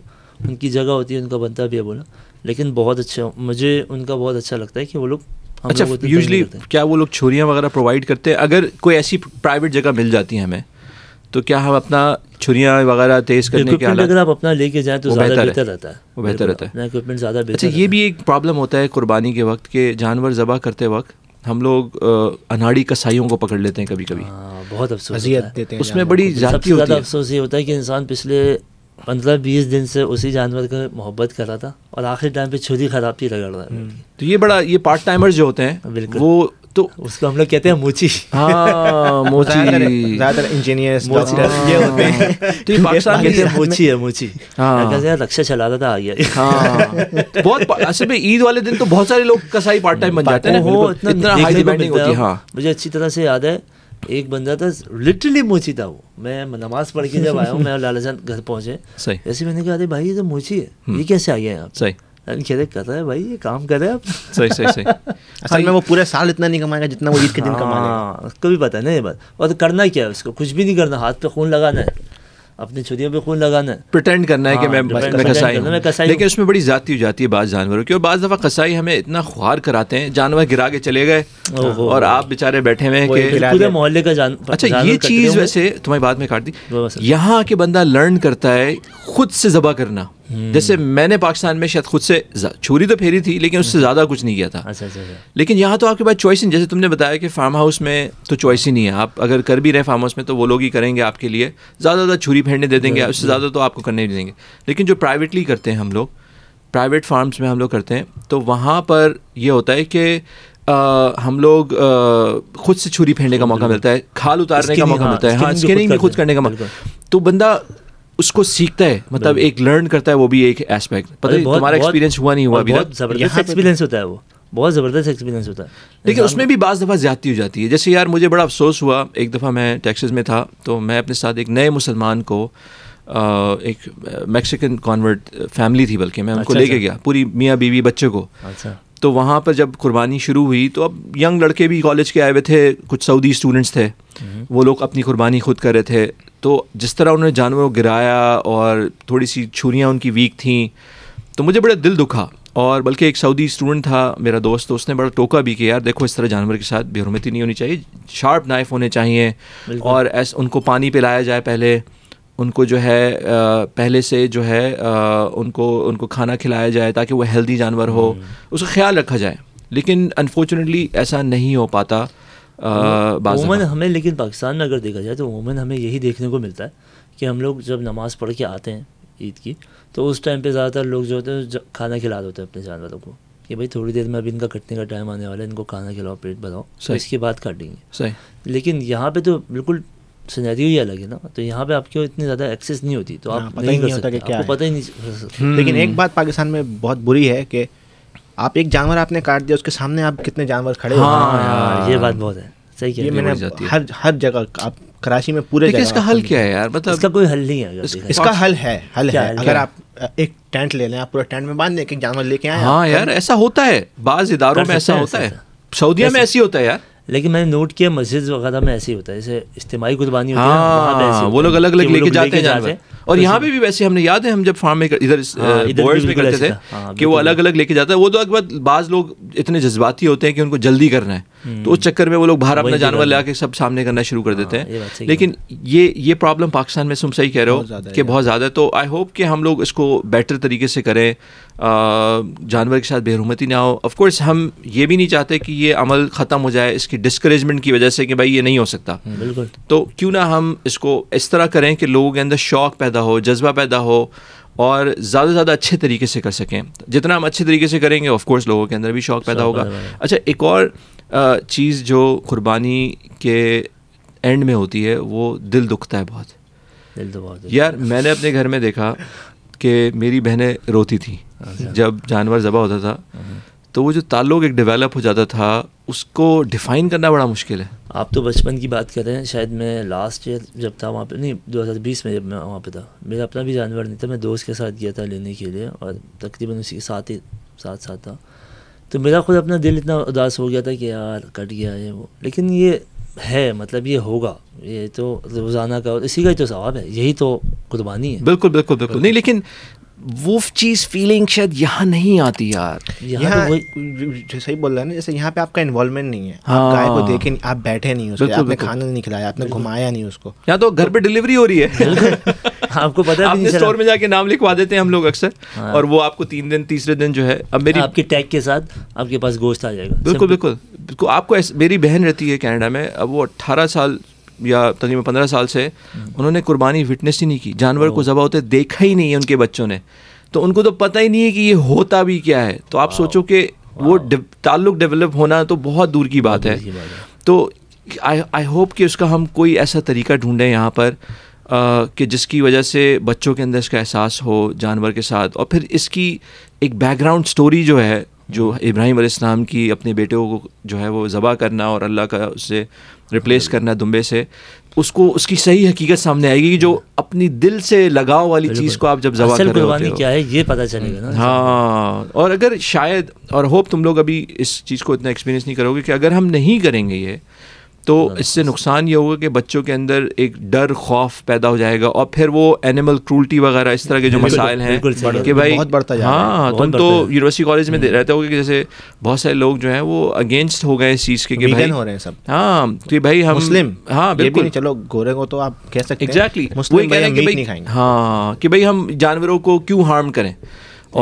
ان کی جگہ ہوتی ہے ان کا بنتا بھی ہے بولا لیکن بہت اچھا مجھے ان کا بہت اچھا لگتا ہے کہ وہ لوگ ہم
اچھا
لوگ اتنا تنگ
یوزلی
نہیں کرتے ہیں۔
کیا وہ لوگ چھریاں وغیرہ پرووائڈ کرتے ہیں اگر کوئی ایسی پرائیویٹ جگہ مل جاتی ہے ہمیں تو کیا ہم اپنا چھریاں وغیرہ تیز کرنے کے
Equipment
حالات
اگر آپ اپنا لے کے جائیں تو
وہ
زیادہ
بہتر ہے۔
بہتر رہتا ہے
وہ بہتر
بالکل،
رہتا ہے۔
اپنا equipment زیادہ بہتر
اچھا یہ بھی ایک پرابلم ہوتا ہے قربانی کے وقت کہ جانور ذبح کرتے وقت ہم لوگ انہاڑی کسائیوں کو پکڑ لیتے ہیں کبھی کبھی
رہتا ہے۔ ہاں بہت افسوس ہوتا ہے۔
اذیت دیتے ہیں
اس میں بڑی
سب
زیادتی
سے
ہوتی
زیادہ
ہے
افسوس یہ ہوتا ہے کہ انسان پچھلے پندرہ بیس دن سے اسی جانور کا محبت کر رہا تھا اور آخری ٹائم پہ چھری خراب ہی رگڑ رہا ہے
تو یہ بڑا یہ پارٹ ٹائمر جو ہوتے ہیں
بالکل۔
وہ تو
اس کو ہم لوگ کہتے ہیں موچی
ہاں موچی
زیادہ تر انجینئرس
یہ ہوتے ہیں
تو یہ پاکستان کے
کہتے ہیں موچی ہے موچی
ہاں۔
کہتے ہیں رکشہ چلا رہا تھا آ گیا
ہاں بہت اصل میں عید والے دن تو بہت سارے لوگ کسائی پارٹ ٹائم بن جاتے ہیں
وہ اتنا
اتنا ہائی
دیکھنے کو
ڈیمانڈنگ
ملتا
ہوتی ہے
ہے۔
ہاں
مجھے اچھی طرح سے یاد ہے ایک بندہ تھا لٹرلی موچی تھا وہ میں نماز پڑھ کے جب آیا ہوں میں اور لالا جان گھر پہنچے
صحیح
ایسے میں نے کہا ارے بھائی یہ تو موچی ہے یہ کیسے آ گیا ہے آپ
صحیح
کہہ رہے کر رہا ہے بھائی یہ کام کر رہے آپ
صحیح صحیح صحیح
اصل میں وہ پورے سال اتنا نہیں کمائے گا جتنا وہ عید کے دن کمائے گا
ہاں اس کو بھی پتہ ہے نا یہ بات اور کرنا کیا ہے اس کو کچھ بھی نہیں کرنا ہاتھ پہ خون لگانا ہے اپنی چھریوں پہ خون لگانا ہے
پرٹینڈ ہاں، کرنا ہے کہ میں میں کسائی ہوں لیکن اس میں بڑی ذاتی ہو جاتی ہے بعض جانوروں کی اور بعض دفعہ کسائی ہمیں اتنا خوار کراتے ہیں جانور گرا کے چلے گئے اور آپ بیچارے بیٹھے ہوئے ہیں کہ
پورے محلے کا جان
اچھا یہ چیز ویسے تمہاری بات میں کاٹ دی
بابا سر۔
یہاں کے بندہ لرن کرتا ہے خود سے ذبح کرنا جیسے میں نے پاکستان میں شاید خود سے چھری تو پھیری تھی لیکن اس سے زیادہ کچھ نہیں کیا تھا
اچھا اچھا اچھا
لیکن یہاں تو آپ کے پاس چوائس نہیں جیسے تم نے بتایا کہ فارم ہاؤس میں تو چوائس ہی نہیں ہے آپ اگر کر بھی رہے فارم ہاؤس میں تو وہ لوگ ہی کریں گے آپ کے لیے زیادہ زیادہ چھری پھیننے دے دیں گے اس سے زیادہ تو آپ کو کرنے نہیں دیں گے لیکن جو پرائیویٹلی کرتے ہیں ہم لوگ پرائیویٹ فارمس میں ہم لوگ کرتے ہیں تو وہاں پر یہ ہوتا ہے کہ ہم لوگ خود سے چھری پھیننے کا موقع ملتا ہے کھال اتارنے کا موقع ملتا ہے ہاں اسکیننگ بھی خود کرنے کا موقع تو بندہ اس کو سیکھتا ہے مطلب ایک لرن کرتا ہے وہ بھی ایک اسپیکٹ پتہ
ارے
نہیں
بہت-
تمہارا
بہت-
ایکسپیرینس ہوا نہیں ہوا
اور
ابھی
بہت زبردست ایکسپیرینس ہوتا ہے وہ بہت زبردست ایکسپیرینس ہوتا ہے
لیکن اس میں بھی بعض دفعہ زیادتی ہو جاتی ہے جیسے یار مجھے بڑا افسوس ہوا ایک دفعہ میں ٹیکسز میں تھا تو میں اپنے ساتھ ایک نئے مسلمان کو آ، ایک میکسیکن کانورٹ فیملی تھی بلکہ میں ان کو
اچھا،
لے
اچھا۔
کے گیا پوری میاں بیوی بچے کو
اچھا
تو وہاں پر جب قربانی شروع ہوئی تو اب ینگ لڑکے بھی کالج کے آئے ہوئے تھے کچھ سعودی اسٹوڈنٹس تھے وہ لوگ اپنی قربانی خود کر رہے تھے تو جس طرح انہوں نے جانوروں کو گرایا اور تھوڑی سی چھریاں ان کی ویک تھیں تو مجھے بڑا دل دکھا اور بلکہ ایک سعودی اسٹوڈنٹ تھا میرا دوست تو اس نے بڑا ٹوکا بھی کہ یار دیکھو اس طرح جانور کے ساتھ بے حرمتی نہیں ہونی چاہیے شارپ نائف ہونے چاہیے
بالکل۔
اور ایس ان کو پانی پلایا جائے پہلے ان کو جو ہے آ، پہلے سے جو ہے آ، ان کو ان کو کھانا کھلایا جائے تاکہ وہ ہیلدی جانور ہو اس کا خیال رکھا جائے لیکن انفارچونیٹلی ایسا نہیں ہو پاتا
عموماً ہمیں لیکن پاکستان میں اگر دیکھا جائے تو عموماً ہمیں یہی دیکھنے کو ملتا ہے کہ ہم لوگ جب نماز پڑھ کے آتے ہیں عید کی تو اس ٹائم پہ زیادہ تر لوگ جو ہوتے ہیں ج- کھانا کھلا دیتے ہیں اپنے جانوروں کو کہ بھائی تھوڑی دیر میں ابھی ان کا کٹنے کا ٹائم آنے والا ہے ان کو کھانا کھلاؤ پیٹ بھراؤ تو
صحیح۔
اس کے بعد کاٹیں گے
صحیح
لیکن یہاں پہ تو بالکل سنیریو ہی الگ ہے نا تو یہاں پہ آپ کو اتنی زیادہ ایکسیس نہیں ہوتی تو
ہاں،
آپ
پتہ ہی
نہیں کر
نہیں ہوتا
سکتے
کہ کیا
آپ کو
ہے۔
پتہ ہی نہیں
لیکن ایک بات پاکستان میں بہت بری ہے کہ آپ ایک جانور آپ نے کاٹ دیا اس کے سامنے آپ کتنے جانور کھڑے ہیں
ہاں یہ بات بہت ہے صحیح کہہ
یہ
رہے
میں
ہیں
نے
جاتی ہے۔
ہر ہر جگہ آپ کراچی میں پورے
لیکن اس کا حل کیا ہے یار
اس کا
مطلب
کوئی حل نہیں ہے اگر دیکھا
اس کا حل ہے حل ہے
کیا حل
اگر آپ ایک ٹینٹ لے لیں آپ پورے ٹینٹ میں باندھ دیں کہ جانور لے کے آئیں
ہاں یار ایسا ہوتا ہے بعض اداروں میں ایسا ہوتا ہے سعودیہ میں ایسی ہوتا ہے یار
لیکن میں نے نوٹ کیا مسجد وغیرہ میں ایسے ہی ہوتا ہے جیسے اجتماعی قربانی ہوتی ہے نا، وہاں پہ ایسے
ہاں
ہوتا
وہ لوگ
ہے
الگ
کہ
الگ
وہ
لے کے
لوگ
جاتے ہیں جانور اور یہاں پہ بھی ویسے ہم نے یاد ہے ہم جب فارم میں ادھر بورڈ میں کرتے تھے کہ وہ الگ الگ لے کے جاتا ہے وہ تو بعد بعض لوگ اتنے جذباتی ہوتے ہیں کہ ان کو جلدی کرنا ہے تو اس چکر میں وہ لوگ باہر اپنا جانور لا کے سب سامنے کرنا شروع کر دیتے ہیں لیکن یہ یہ پرابلم پاکستان میں تم صحیح کہہ رہے ہو کہ بہت زیادہ تو آئی ہوپ کہ ہم لوگ اس کو بیٹر طریقے سے کریں جانور کے ساتھ بےحرمتی نہ ہو آف کورس ہم یہ بھی نہیں چاہتے کہ یہ عمل ختم ہو جائے اس کی ڈسکریجمنٹ کی وجہ سے کہ بھائی یہ نہیں ہو سکتا
بالکل
تو کیوں نہ ہم اس کو اس طرح کریں کہ لوگوں کے اندر شوق پیدا ہو جذبہ پیدا ہو اور زیادہ سے زیادہ اچھے طریقے سے کر سکیں جتنا ہم اچھے طریقے سے کریں گے آف کورس لوگوں کے اندر بھی شوق پیدا ہوگا اچھا ایک اور چیز جو قربانی کے اینڈ میں ہوتی ہے وہ دل دکھتا ہے بہت
دل تو بہت ہے
یار میں نے اپنے گھر میں دیکھا کہ میری بہنیں روتی تھیں جب جانور ذبح ہوتا تھا تو وہ جو تعلق ایک ڈیولپ ہو جاتا تھا اس کو ڈیفائن کرنا بڑا مشکل ہے
آپ تو بچپن کی بات کر رہے ہیں شاید میں لاسٹ ایئر جب تھا وہاں پہ نہیں دو ہزار بیس میں جب میں وہاں پہ تھا میرا اپنا بھی جانور نہیں تھا میں دوست کے ساتھ گیا تھا لینے کے لیے اور تقریباً اسی کے ساتھ ہی ساتھ ساتھ تھا تو میرا خود اپنا دل اتنا اداس ہو گیا تھا کہ یار کٹ گیا یہ وہ لیکن یہ ہے مطلب یہ ہوگا یہ تو روزانہ کا اور اسی کا ہی تو ثواب ہے یہی تو قربانی ہے
بالکل بالکل بالکل نہیں لیکن وہ چیز فیلنگ شاید یہاں نہیں آتی یار
یہاں
یہاں
تو وہی
صحیح بول رہا ہے نا جیسے یہاں پہ آپ کا انوالومنٹ نہیں ہے آپ گائے کو دیکھے نہیں آپ بیٹھے نہیں اس آپ نے کھانا نہیں کھلایا آپ نے گھمایا نہیں اس کو
یا تو گھر پہ ڈلیوری ہو رہی ہے
آپ کو پتہ
آپ نے
بھی نہیں چلا
اسٹور میں جا کے نام لکھوا دیتے ہیں ہم لوگ اکثر اور وہ آپ کو تین دن تیسرے دن جو ہے اب میری
آپ کے ٹیگ کے ساتھ آپ کے پاس گوشت آ جائے گا
بالکل بالکل بالکل آپ کو میری بہن رہتی ہے کینیڈا میں اب وہ اٹھارہ سال یا تقریباً پندرہ سال سے انہوں نے قربانی وٹنس ہی نہیں کی جانور کو ذبح ہوتے دیکھا ہی نہیں ہے ان کے بچوں نے تو ان کو تو پتہ ہی نہیں ہے کہ یہ ہوتا بھی کیا ہے تو آپ سوچو کہ وہ تعلق ڈیولپ ہونا تو بہت دور کی بات ہے تو آئی ہوپ کہ اس کا ہم کوئی ایسا طریقہ ڈھونڈیں یہاں پر کہ جس کی وجہ سے بچوں کے اندر اس کا احساس ہو جانور کے ساتھ اور پھر اس کی ایک بیک گراؤنڈ سٹوری جو ہے جو ابراہیم علیہ السلام کی اپنے بیٹے کو جو ہے وہ ذبح کرنا اور اللہ کا اس سے ریپلیس کرنا دمبے سے اس کو اس کی صحیح حقیقت سامنے آئے گی کہ جو اپنی دل سے لگاؤ والی چیز کو آپ جب ذبح
اصل
کر رہے
قربانی
ہوتے
کیا ہے یہ پتہ چلے گا نا
ہاں اور اگر شاید اور ہوپ تم لوگ ابھی اس چیز کو اتنا ایکسپیرینس نہیں کرو گے کہ اگر ہم نہیں کریں گے یہ تو اس سے نقصان یہ ہوگا کہ بچوں کے اندر ایک ڈر خوف پیدا ہو جائے گا اور پھر وہ اینیمل کرولٹی وغیرہ اس طرح کے جو مسائل ہیں کہ بھائی ہاں تم تو یونیورسٹی کالج میں رہتے ہو کہ جیسے بہت سارے لوگ جو ہیں وہ اگینسٹ ہو گئے اس چیز کے کہ
ویگن
بھائی
ہو رہے ہیں سب
ہاں کہ بھائی ہم
مسلم
ہاں بالکل
چلو گورے کو تو آپ کہہ سکتے
ایگزیکٹلی
مسلم نہیں کھائیں گے
ہاں کہ بھائی ہم جانوروں کو کیوں ہارم کریں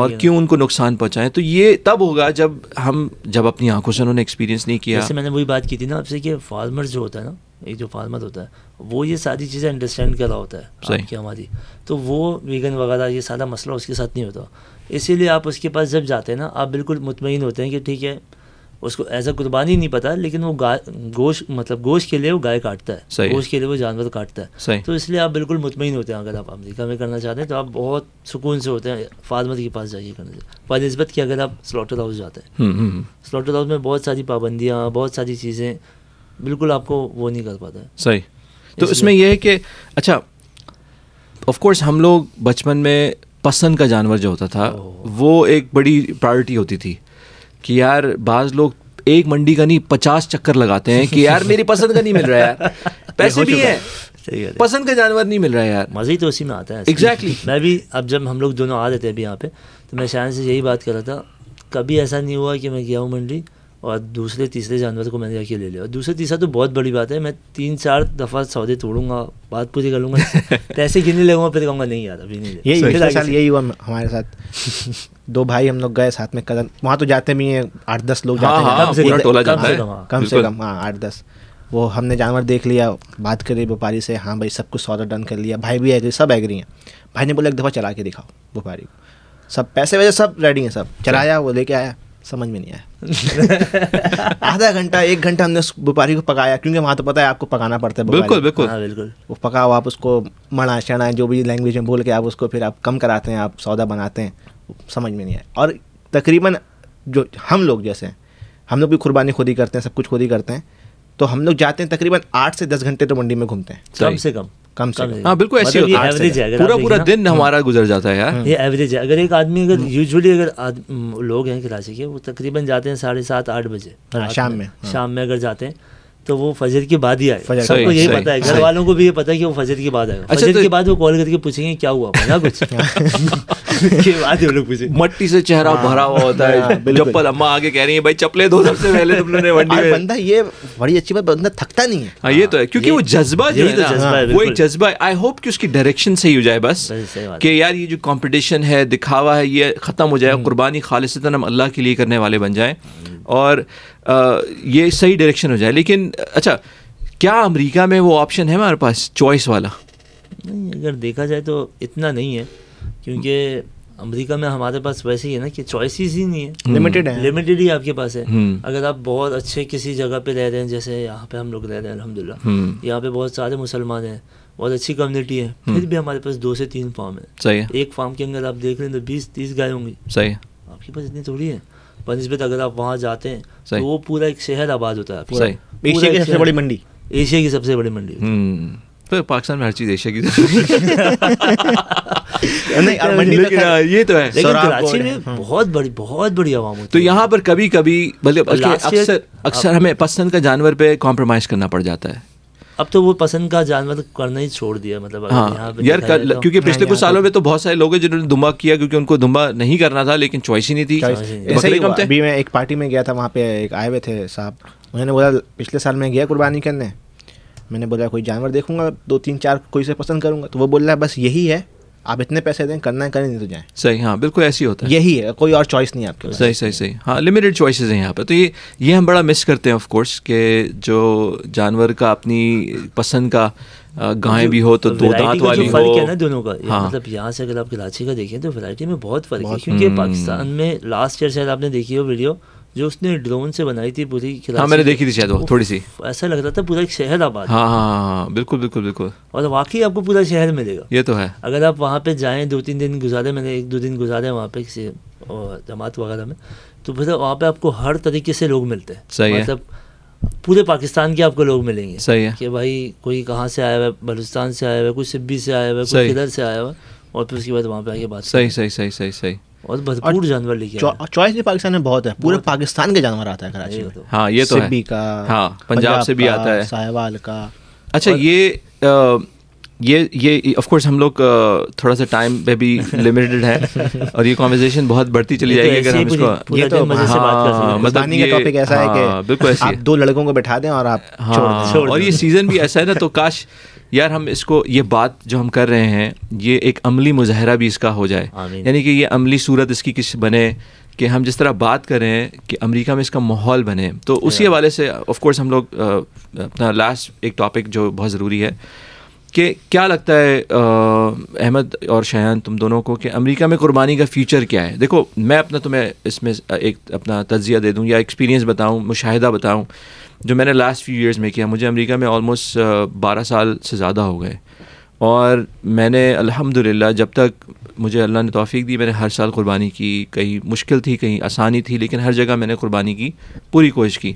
اور کیوں ان کو نقصان پہنچائیں تو یہ تب ہوگا جب ہم جب اپنی آنکھوں سے انہوں نے ایکسپیرینس نہیں کیا
جیسے میں نے وہی بات کی تھی نا آپ سے کہ فارمر جو ہوتا ہے نا ایک جو فارمر ہوتا ہے وہ یہ ساری چیزیں انڈرسٹینڈ کر رہا ہوتا ہے
صحیح۔
آپ کی ہماری تو وہ ویگن وغیرہ یہ سارا مسئلہ اس کے ساتھ نہیں ہوتا اسی لیے آپ اس کے پاس جب جاتے ہیں نا آپ بالکل مطمئن ہوتے ہیں کہ ٹھیک ہے اس کو ایز اے قربانی نہیں پتہ لیکن وہ گائے گوشت مطلب گوشت کے لیے وہ گائے کاٹتا ہے
صحیح۔
گوشت کے لیے وہ جانور کاٹتا
صحیح۔
ہے تو اس لیے آپ بالکل مطمئن ہوتے ہیں اگر آپ امریکہ میں کرنا چاہتے ہیں تو آپ بہت سکون سے ہوتے ہیں فارمر کے پاس جائیے کرنا چاہتے ہیں نسبت کہ اگر آپ سلاٹر ہاؤس جاتے ہیں
ہوں، ہوں، ہوں۔
سلاٹر ہاؤس میں بہت ساری پابندیاں بہت ساری چیزیں بالکل آپ کو وہ نہیں کر پاتا ہے
صحیح تو اس میں یہ ہے کہ اچھا آف کورس ہم لوگ بچپن میں پسند کا جانور جو ہوتا تھا
Oh.
وہ ایک بڑی پرائرٹی ہوتی تھی کہ یار بعض لوگ ایک منڈی کا نہیں پچاس چکر لگاتے ہیں کہ یار میری پسند کا نہیں مل رہا یار پیسے بھی ہیں
صحیح ہے
پسند کا جانور نہیں مل رہا یار
مزہ ہی تو اسی میں آتا ہے
Exactly.
میں بھی اب جب ہم لوگ دونوں آ رہے تھے ابھی یہاں پہ تو میں شاید سے یہی بات کر رہا تھا کبھی ایسا نہیں ہوا کہ میں گیا ہوں منڈی اور دوسرے تیسرے جانور کو میں نے جا کے لے لیا اور دوسرے تیسرا تو بہت بڑی بات ہے میں تین چار دفعہ سودے توڑوں گا بات پوری کر لوں گا پیسے گننے لگوں گا پھر کہوں گا نہیں یار ابھی نہیں لے-
یہی
پھر
پچھلے
آگے
سال
سے-
یہی ہوا ہمارے ساتھ دو بھائی ہم لوگ گئے ساتھ میں قدم وہاں تو جاتے بھی ہیں آٹھ دس لوگ
ہاں
جاتے
ہاں
ہیں
پورا ٹولا جاتا ہے
کم سے کم ہاں آٹھ دس وہ ہم نے جانور دیکھ لیا بات کری بپاری سے ہاں بھائی سب کچھ سودا ڈن کر لیا بھائی بھی ایگری سب ایگری ہیں بھائی نے بولا ایک دفعہ چلا کے دکھاؤ بپاری کو سب پیسے ویسے سب ریڈی ہیں سب چلایا وہ لے کے آیا سمجھ میں نہیں آیا آدھا گھنٹہ ایک گھنٹہ ہم نے اس بپاری کو پکایا کیونکہ وہاں تو پتہ ہے آپ کو پکانا پڑتا ہے بپاری
بالکل
کو۔
بالکل
ہاں بالکل
وہ پکاؤ آپ اس کو مڑا شڑا جو بھی لینگویج میں بول کے آپ اس کو پھر آپ کم کراتے ہیں آپ سودا بناتے ہیں وہ سمجھ میں نہیں آئے اور تقریباً جو ہم لوگ جیسے ہیں ہم لوگ بھی قربانی خود ہی کرتے ہیں سب کچھ خود ہی کرتے ہیں تو ہم لوگ جاتے ہیں تقریباً آٹھ سے دس گھنٹے تو منڈی میں گھومتے ہیں
کم سے کم
کم سے کم
ہاں بالکل ایسے
مطلب
ہوتا ہے
یہ average ہے اگر
پورا
آپ
پورا
دیکھیں ہاں۔
دن ہمارا گزر جاتا ہے یار
نا، یہ ایوریج ہے اگر ایک آدمی اگر یوزلی اگر آد- م، لوگ ہیں کراچی کے وہ تقریباً جاتے ہیں ساڑھے سات آٹھ بجے
ہاں،
رات
شام میں، ہاں۔
شام میں اگر جاتے ہیں تو وہ فجر کے بعد ہی
فجر
آئے سب
صحیح،
کو یہی
صحیح،
پتا ہے گھر
صحیح۔
والوں کو بھی یہ پتا ہے کہ وہ فجر کے بعد آئے گا۔
اچھا،
فجر
تو-
کے بعد وہ کال کر کے پوچھیں گے کیا ہوا یا کچھ اس کے بعد وہ لوگ پوچھیں
مٹی سے چہرہ بھرا ہوا ہوتا
ہاں،
ہے
بالکل۔
چپل اما آگے کہہ رہی ہیں بھائی چپلیں دو سب سے پہلے تم لوگوں نے منڈی
اور
میں
بندہ یہ بڑی اچھی بات بندہ تھکتا نہیں ہے
ہاں یہ تو ہے کیونکہ وہ جذبہ جو ہے نا ہاں، وہ ایک جذبہ ہے آئی ہوپ کہ اس کی ڈائریکشن صحیح ہو جائے بس کہ یار یہ جو کمپٹیشن ہے دکھاوا ہے یہ ختم ہو جائے قربانی خالصتاً ہم اللہ کے لیے کرنے والے بن جائیں اور یہ صحیح ڈائریکشن ہو جائے لیکن اچھا کیا امریکہ میں وہ آپشن ہے ہمارے پاس چوائس والا
نہیں اگر دیکھا جائے تو اتنا نہیں ہے کیونکہ امریکہ میں ہمارے پاس ویسے ہی ہے نا کہ چوائسیز ہی نہیں ہے
لمیٹڈ ہے
لمیٹڈ ہی آپ کے پاس ہے
Hmm.
ہوں
اگر آپ بہت اچھے کسی جگہ پہ رہ رہے ہیں جیسے یہاں پہ ہم لوگ رہ رہے ہیں الحمد للہ
Hmm.
ہوں
یہاں پہ بہت سارے مسلمان ہیں بہت اچھی کمیونٹی ہے
Hmm.
پھر بھی ہمارے پاس دو سے تین فارم ہیں
صحیح ہے
ایک فارم کے اندر آپ دیکھ رہے ہیں تو بیس تیس گائے ہوں گی
صحیح ہے
آپ کے پاس اتنی تھوڑی ہے بہ نسبت اگر آپ وہاں جاتے ہیں
صحیح۔
تو وہ پورا ایک شہر آباد ہوتا ہے آپ کا۔
صحیح۔
پورا
ایشیا کی
ایک
سب سے
شہر-
بڑی منڈی Hmm.
ایشیا کی سب سے بڑی منڈی
ہوں پھر پاکستان میں ہر چیز ایشیا کی
نہیں اور منڈی میں
یہ تو ہے
لیکن
سوراب
کراچی
گوڑ ہے، Hmm.
میں بہت بڑی بہت بڑی عوام ہوتی
تو
ہے
یہاں پر کبھی کبھی بلکہ
اور last year-
اکثر اکثر ہمیں پسند کا جانور پہ کمپرومائز کرنا پڑ جاتا ہے
اب تو وہ پسند کا جانور کرنا ہی چھوڑ دیا مطلب اگر یہاں
ہاں
پہ
یار
دیکھا جائے تو- ہاں،
کیونکہ پچھلے کچھ سالوں میں تو بہت سارے لوگ ہیں جنہوں نے دمبا کیا کیونکہ ان کو دمبا نہیں کرنا تھا لیکن چوائس ہی نہیں تھی
ایسے ہی ہوا۔ ابھی میں ایک پارٹی میں گیا تھا وہاں پہ ایک آئے ہوئے تھے صاحب انہوں نے بولا پچھلے سال میں گیا قربانی کرنے میں نے بولا کوئی جانور دیکھوں گا دو تین چار کوئی سے پسند کروں گا تو وہ بول رہا ہے بس یہی ہے آپ اتنے پیسے دیں کرنا ہے کریں نہیں تو جائیں
صحیح ہاں بالکل ایسی ہوتا ہے
یہی ہے کوئی اور چوائس نہیں ہے آپ کے
صحیح صحیح صحیح ہاں لمیٹڈ چوائسیز ہیں یہاں پہ تو یہ یہ ہم بڑا مس کرتے ہیں آف کورس کہ جو جانور کا اپنی پسند کا گائیں بھی ہو تو دو
variety
دانت
کا
والی
جو فرق ہے نا
ہو
دونوں کا یہ
ہاں۔
مطلب یہاں سے اگر آپ کراچی کا دیکھیں تو ورائٹی میں بہت فرق ہے کیونکہ پاکستان میں لاسٹ ایئر شاید آپ نے دیکھی ہو ویڈیو جو اس نے ڈرون سے بنائی تھی پوری کراچی
ہاں میں نے
کی۔
دیکھی تھی شاید وہ تھوڑی سی
ایسا لگ رہا تھا پورا ایک شہر آباد ہے۔
ہاں ہاں ہاں بالکل بالکل بالکل
اور واقعی آپ کو پورا شہر ملے گا
یہ تو ہے
اگر آپ وہاں پہ جائیں دو تین دن گزارے میں نے ایک دو دن گزارے وہاں پہ کسی اور جماعت وغیرہ میں تو پھر وہاں پہ آپ کو ہر طریقے سے لوگ ملتے ہیں
صحیح ہے۔
مطلب پورے پاکستان کے آپ کو لوگ ملیں گے
صحیح ہے
کہ بھائی کوئی کہاں سے آیا ہوا ہے بلوچستان سے آیا ہوا ہے کوئی سبھی سے آیا ہوا ہے
صحیح۔
کوئی کدھر سے آیا ہوا ہے اور پھر اس کے بعد وہاں پہ آ کے بات
صحیح صحیح صحیح صحیح صحیح
کریں۔ اور بھرپور جانور لے کے آئے ہیں۔
چوائس بھی پاکستان میں بہت ہے پورے پاکستان کے جانور آتا ہے کراچی
یہ
میں
تو
ہاں یہ تو
سبی
ہے
کا
ہاں پنجاب سے بھی
کا،
آتا ہے
ساہیوال کا
اچھا یہ یہ یہ آف کورس ہم لوگ تھوڑا سا ٹائم پہ بھی لمیٹڈ ہے اور یہ کانورزیشن بہت بڑھتی چلی جائے گی اگر ہم اس کو
پورا دن
ہاں،
مزے سے بات کر سکتے ہیں۔
مستانی کا ٹاپک ایسا ہے کہ
مطلب بالکل ایسی
آپ دو لڑکوں کو بٹھا دیں اور آپ
ہاں اور یہ سیزن بھی ایسا ہے نا تو کاش یار ہم اس کو یہ بات جو ہم کر رہے ہیں یہ ایک عملی مظاہرہ بھی اس کا ہو جائے یعنی کہ یہ عملی صورت اس کی کس بنے کہ ہم جس طرح بات کر رہے ہیں کہ امریکہ میں اس کا ماحول بنے تو اسی حوالے سے آف کورس ہم لوگ اپنا لاسٹ ایک ٹاپک جو بہت ضروری ہے کہ کیا لگتا ہے احمد اور شایان تم دونوں کو کہ امریکہ میں قربانی کا فیوچر کیا ہے دیکھو میں اپنا تمہیں اس میں ایک اپنا تجزیہ دے دوں یا ایکسپیرینس بتاؤں مشاہدہ بتاؤں جو میں نے لاسٹ فیو ایئرس میں کیا مجھے امریکہ میں آلموسٹ بارہ سال سے زیادہ ہو گئے اور میں نے الحمد للہ جب تک مجھے اللہ نے توفیق دی میں نے ہر سال قربانی کی کہیں مشکل تھی کہیں آسانی تھی لیکن ہر جگہ میں نے قربانی کی پوری کوشش کی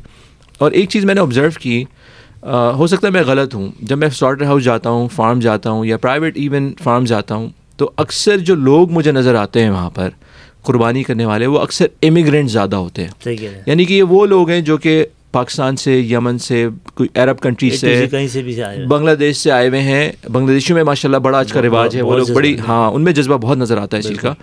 اور ایک چیز میں نے آبزرو کی آ، ہو سکتا ہے میں غلط ہوں جب میں سلاٹر ہاؤس جاتا ہوں فارم جاتا ہوں یا پرائیویٹ ایون فارم جاتا ہوں تو اکثر جو لوگ مجھے نظر آتے ہیں وہاں پر قربانی کرنے والے وہ اکثر امیگرینٹ زیادہ ہوتے ہیں
صحیح کہہ رہے ہیں۔
یعنی کہ یہ وہ لوگ ہیں جو کہ پاکستان سے یمن سے کوئی عرب کنٹری
ایک
سے
دوسرے کہیں سے بھی سے آئے ہوئے ہیں۔
بنگلہ دیش سے آئے ہوئے ہیں بنگلہ دیشیوں میں ماشاء اللہ بڑا آج کا رواج ہے وہ لوگ بڑی ہاں ان میں جذبہ بہت نظر آتا ہے اس چیز کا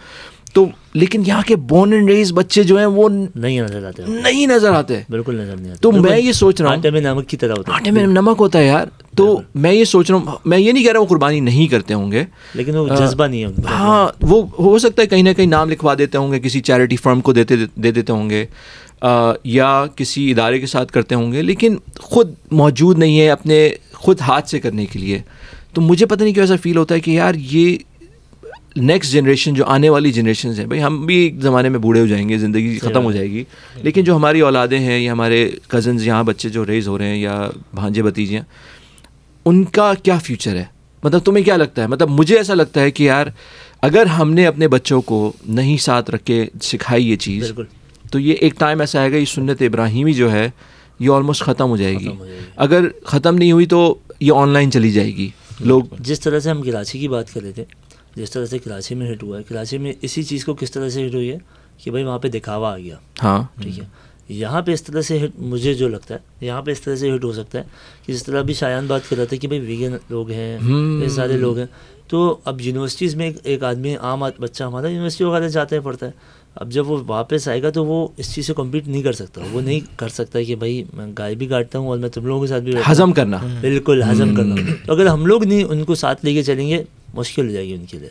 تو لیکن یہاں کے بورن اینڈ ریز بچے جو ہیں وہ
نہیں نظر آتے ہم کو۔
نہیں نظر آتے
بالکل نظر نہیں آتے
تو
بالکل
میں یہ سوچ رہا ہوں
آٹے میں نمک کی طرح ہوتا
آٹے میں نمک ہوتا ہے یار تو میں یہ سوچ رہا ہوں میں یہ نہیں کہہ رہا ہوں قربانی نہیں کرتے ہوں گے
لیکن وہ جذبہ نہیں ہے ان کے اندر۔
ہاں وہ ہو سکتا ہے کہیں نہ کہیں نام لکھوا دیتے ہوں گے کسی چیریٹی فرم کو دیتے دے دیتے ہوں گے یا کسی ادارے کے ساتھ کرتے ہوں گے لیکن خود موجود نہیں ہے اپنے خود ہاتھ سے کرنے کے لیے تو مجھے پتہ نہیں کیوں ایسا فیل ہوتا ہے کہ یار یہ نیکسٹ جنریشن جو آنے والی جنریشنز ہیں بھائی ہم بھی ایک زمانے میں بوڑھے ہو جائیں گے زندگی ختم ہو جائے گی لیکن جو ہماری اولادیں ہیں یا ہمارے کزنز یہاں بچے جو ریز ہو رہے ہیں یا بھانجے بھتیجے ہیں ان کا کیا فیوچر ہے مطلب تمہیں کیا لگتا ہے مطلب مجھے ایسا لگتا ہے کہ یار اگر ہم نے اپنے بچوں کو نہیں ساتھ رکھ کے سکھائی یہ چیز
بالکل۔
تو یہ ایک ٹائم ایسا آئے گا یہ سنت ابراہیمی جو ہے یہ آلموسٹ ختم ہو جائے گی
ختم ہو جائے گی۔
اگر ختم نہیں ہوئی تو یہ آن لائن چلی جائے گی لوگ
جس طرح سے ہم کراچی کی بات کر رہے تھے جس طرح سے کراچی میں ہٹ ہوا ہے کراچی میں اسی چیز کو کس طرح سے ہٹ ہوئی ہے کہ بھائی وہاں پہ دکھاوا آ گیا
ہاں
ٹھیک ہے یہاں پہ اس طرح سے ہٹ مجھے جو لگتا ہے یہاں پہ اس طرح سے ہٹ ہو سکتا ہے کہ جس طرح ابھی شایان بات کر رہا تھا کہ بھائی ویگن لوگ ہیں یہ سارے لوگ ہیں تو اب یونیورسٹیز میں ایک- ایک آدمی عام آد- بچہ ہمارا یونیورسٹی وغیرہ جاتا ہے پڑھتا ہے اب جب وہ واپس آئے گا تو وہ اس چیز سے کمپیٹ نہیں کر سکتا وہ نہیں کر سکتا کہ بھائی میں گائے بھی کاٹتا ہوں اور میں تم لوگوں کے ساتھ بھی بیٹھتا ہوں۔
ہضم کرنا
بالکل ہضم کرنا تو اگر ہم لوگ نہیں ان کو ساتھ لے کے چلیں گے مشکل ہو جائے گی ان کے لیے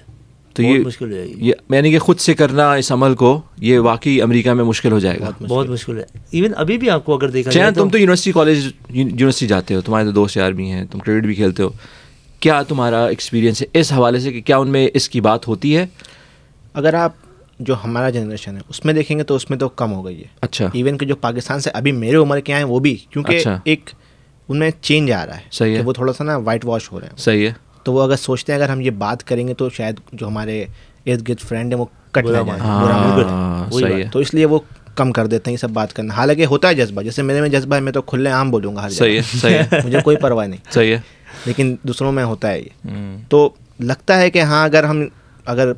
تو
بہت
یہ
مشکل ہو جائے گی
یہ یعنی کہ خود سے کرنا اس عمل کو یہ واقعی امریکہ میں مشکل ہو جائے گا
بہت مشکل ہے ایون ابھی بھی آپ کو اگر دیکھا جائے
چین تم تو یونیورسٹی کالج یونیورسٹی جاتے ہو تمہارے تو دوست یار بھی ہیں تم کرکٹ بھی کھیلتے ہو کیا تمہارا ایکسپیرینس ہے اس حوالے سے کہ کیا ان میں اس کی بات ہوتی ہے
اگر آپ جو ہمارا جنریشن ہے اس میں دیکھیں گے تو اس میں تو کم ہو گئی ہے
اچھا
ایون کہ جو پاکستان سے ابھی میرے عمر کے ہیں وہ بھی کیونکہ
اچھا۔
ایک ان میں چینج آ رہا ہے
صحیح ہے۔
کہ وہ تھوڑا سا نا وائٹ واش ہو رہے ہیں
صحیح ہے
تو وہ اگر سوچتے ہیں اگر ہم یہ بات کریں گے تو شاید جو ہمارے ارد گرد فرینڈ ہیں وہ کٹ
برا
نہ
مان-
جائیں
ہاں،
برا مان جائیں۔
ہاں
وہی
صحیح ہے
تو اس لیے وہ کم کر دیتے ہیں یہ سب بات کرنا حالانکہ ہوتا ہے جذبہ جیسے میرے میں جذبہ ہے میں تو کھلے عام بولوں گا ہر
صحیح ہے
جگہ
صحیح ہے
مجھے کوئی پرواہ نہیں
صحیح ہے
لیکن دوسروں میں ہوتا ہے یہ تو لگتا ہے کہ ہاں اگر ہم اگر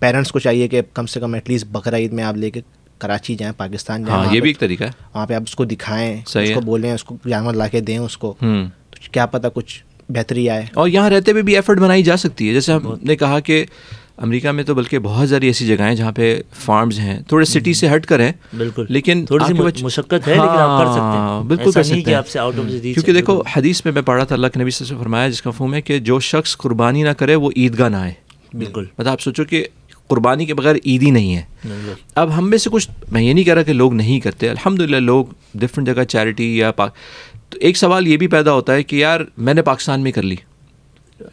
پیرنٹس کو چاہیے کہ کم سے کم ایٹ لیسٹ بقرا عید میں آپ لے کے کراچی جائیں پاکستان جائیں
ہاں
وہاں
یہ
پہ-
بھی ایک طریقہ ہے
وہاں پہ آپ اس کو دکھائیں
صحیح
اس کو
ہے۔
بولیں اس کو جانور لا کے دیں اس کو
ہوں
تو کیا پتہ کچھ بہتری آئے
اور یہاں رہتے ہوئے بھی ایفرٹ بنائی جا سکتی ہے جیسے ہم نے کہا کہ امریکہ میں تو بلکہ بہت ساری ایسی جگہیں ہیں جہاں پہ فارمز ہیں تھوڑے سٹی سے ہٹ کر ہیں
بالکل
لیکن
تھوڑی سی
آپ کے بچ-
مشقت ہے لیکن آپ کر سکتے
ہاں،
ہیں
بالکل کر سکتے
کہ
ہیں
آپ سے آؤٹ آف ریچ
کیونکہ دیکھو حدیث میں میں پڑھا تھا اللہ کے نبی صلی اللہ علیہ وسلم نے فرمایا جس کا مفہوم ہے کہ جو شخص قربانی نہ کرے وہ عیدگاہ نہ آئے
بالکل
مطلب آپ سوچو کہ قربانی کے بغیر عید ہی نہیں ہے
بالکل۔
اب ہم میں سے کچھ میں یہ نہیں کہہ رہا کہ لوگ نہیں کرتے الحمد للہ لوگ ڈفرینٹ جگہ چیریٹی یا پاک تو ایک سوال یہ بھی پیدا ہوتا ہے کہ یار میں نے پاکستان میں کر لی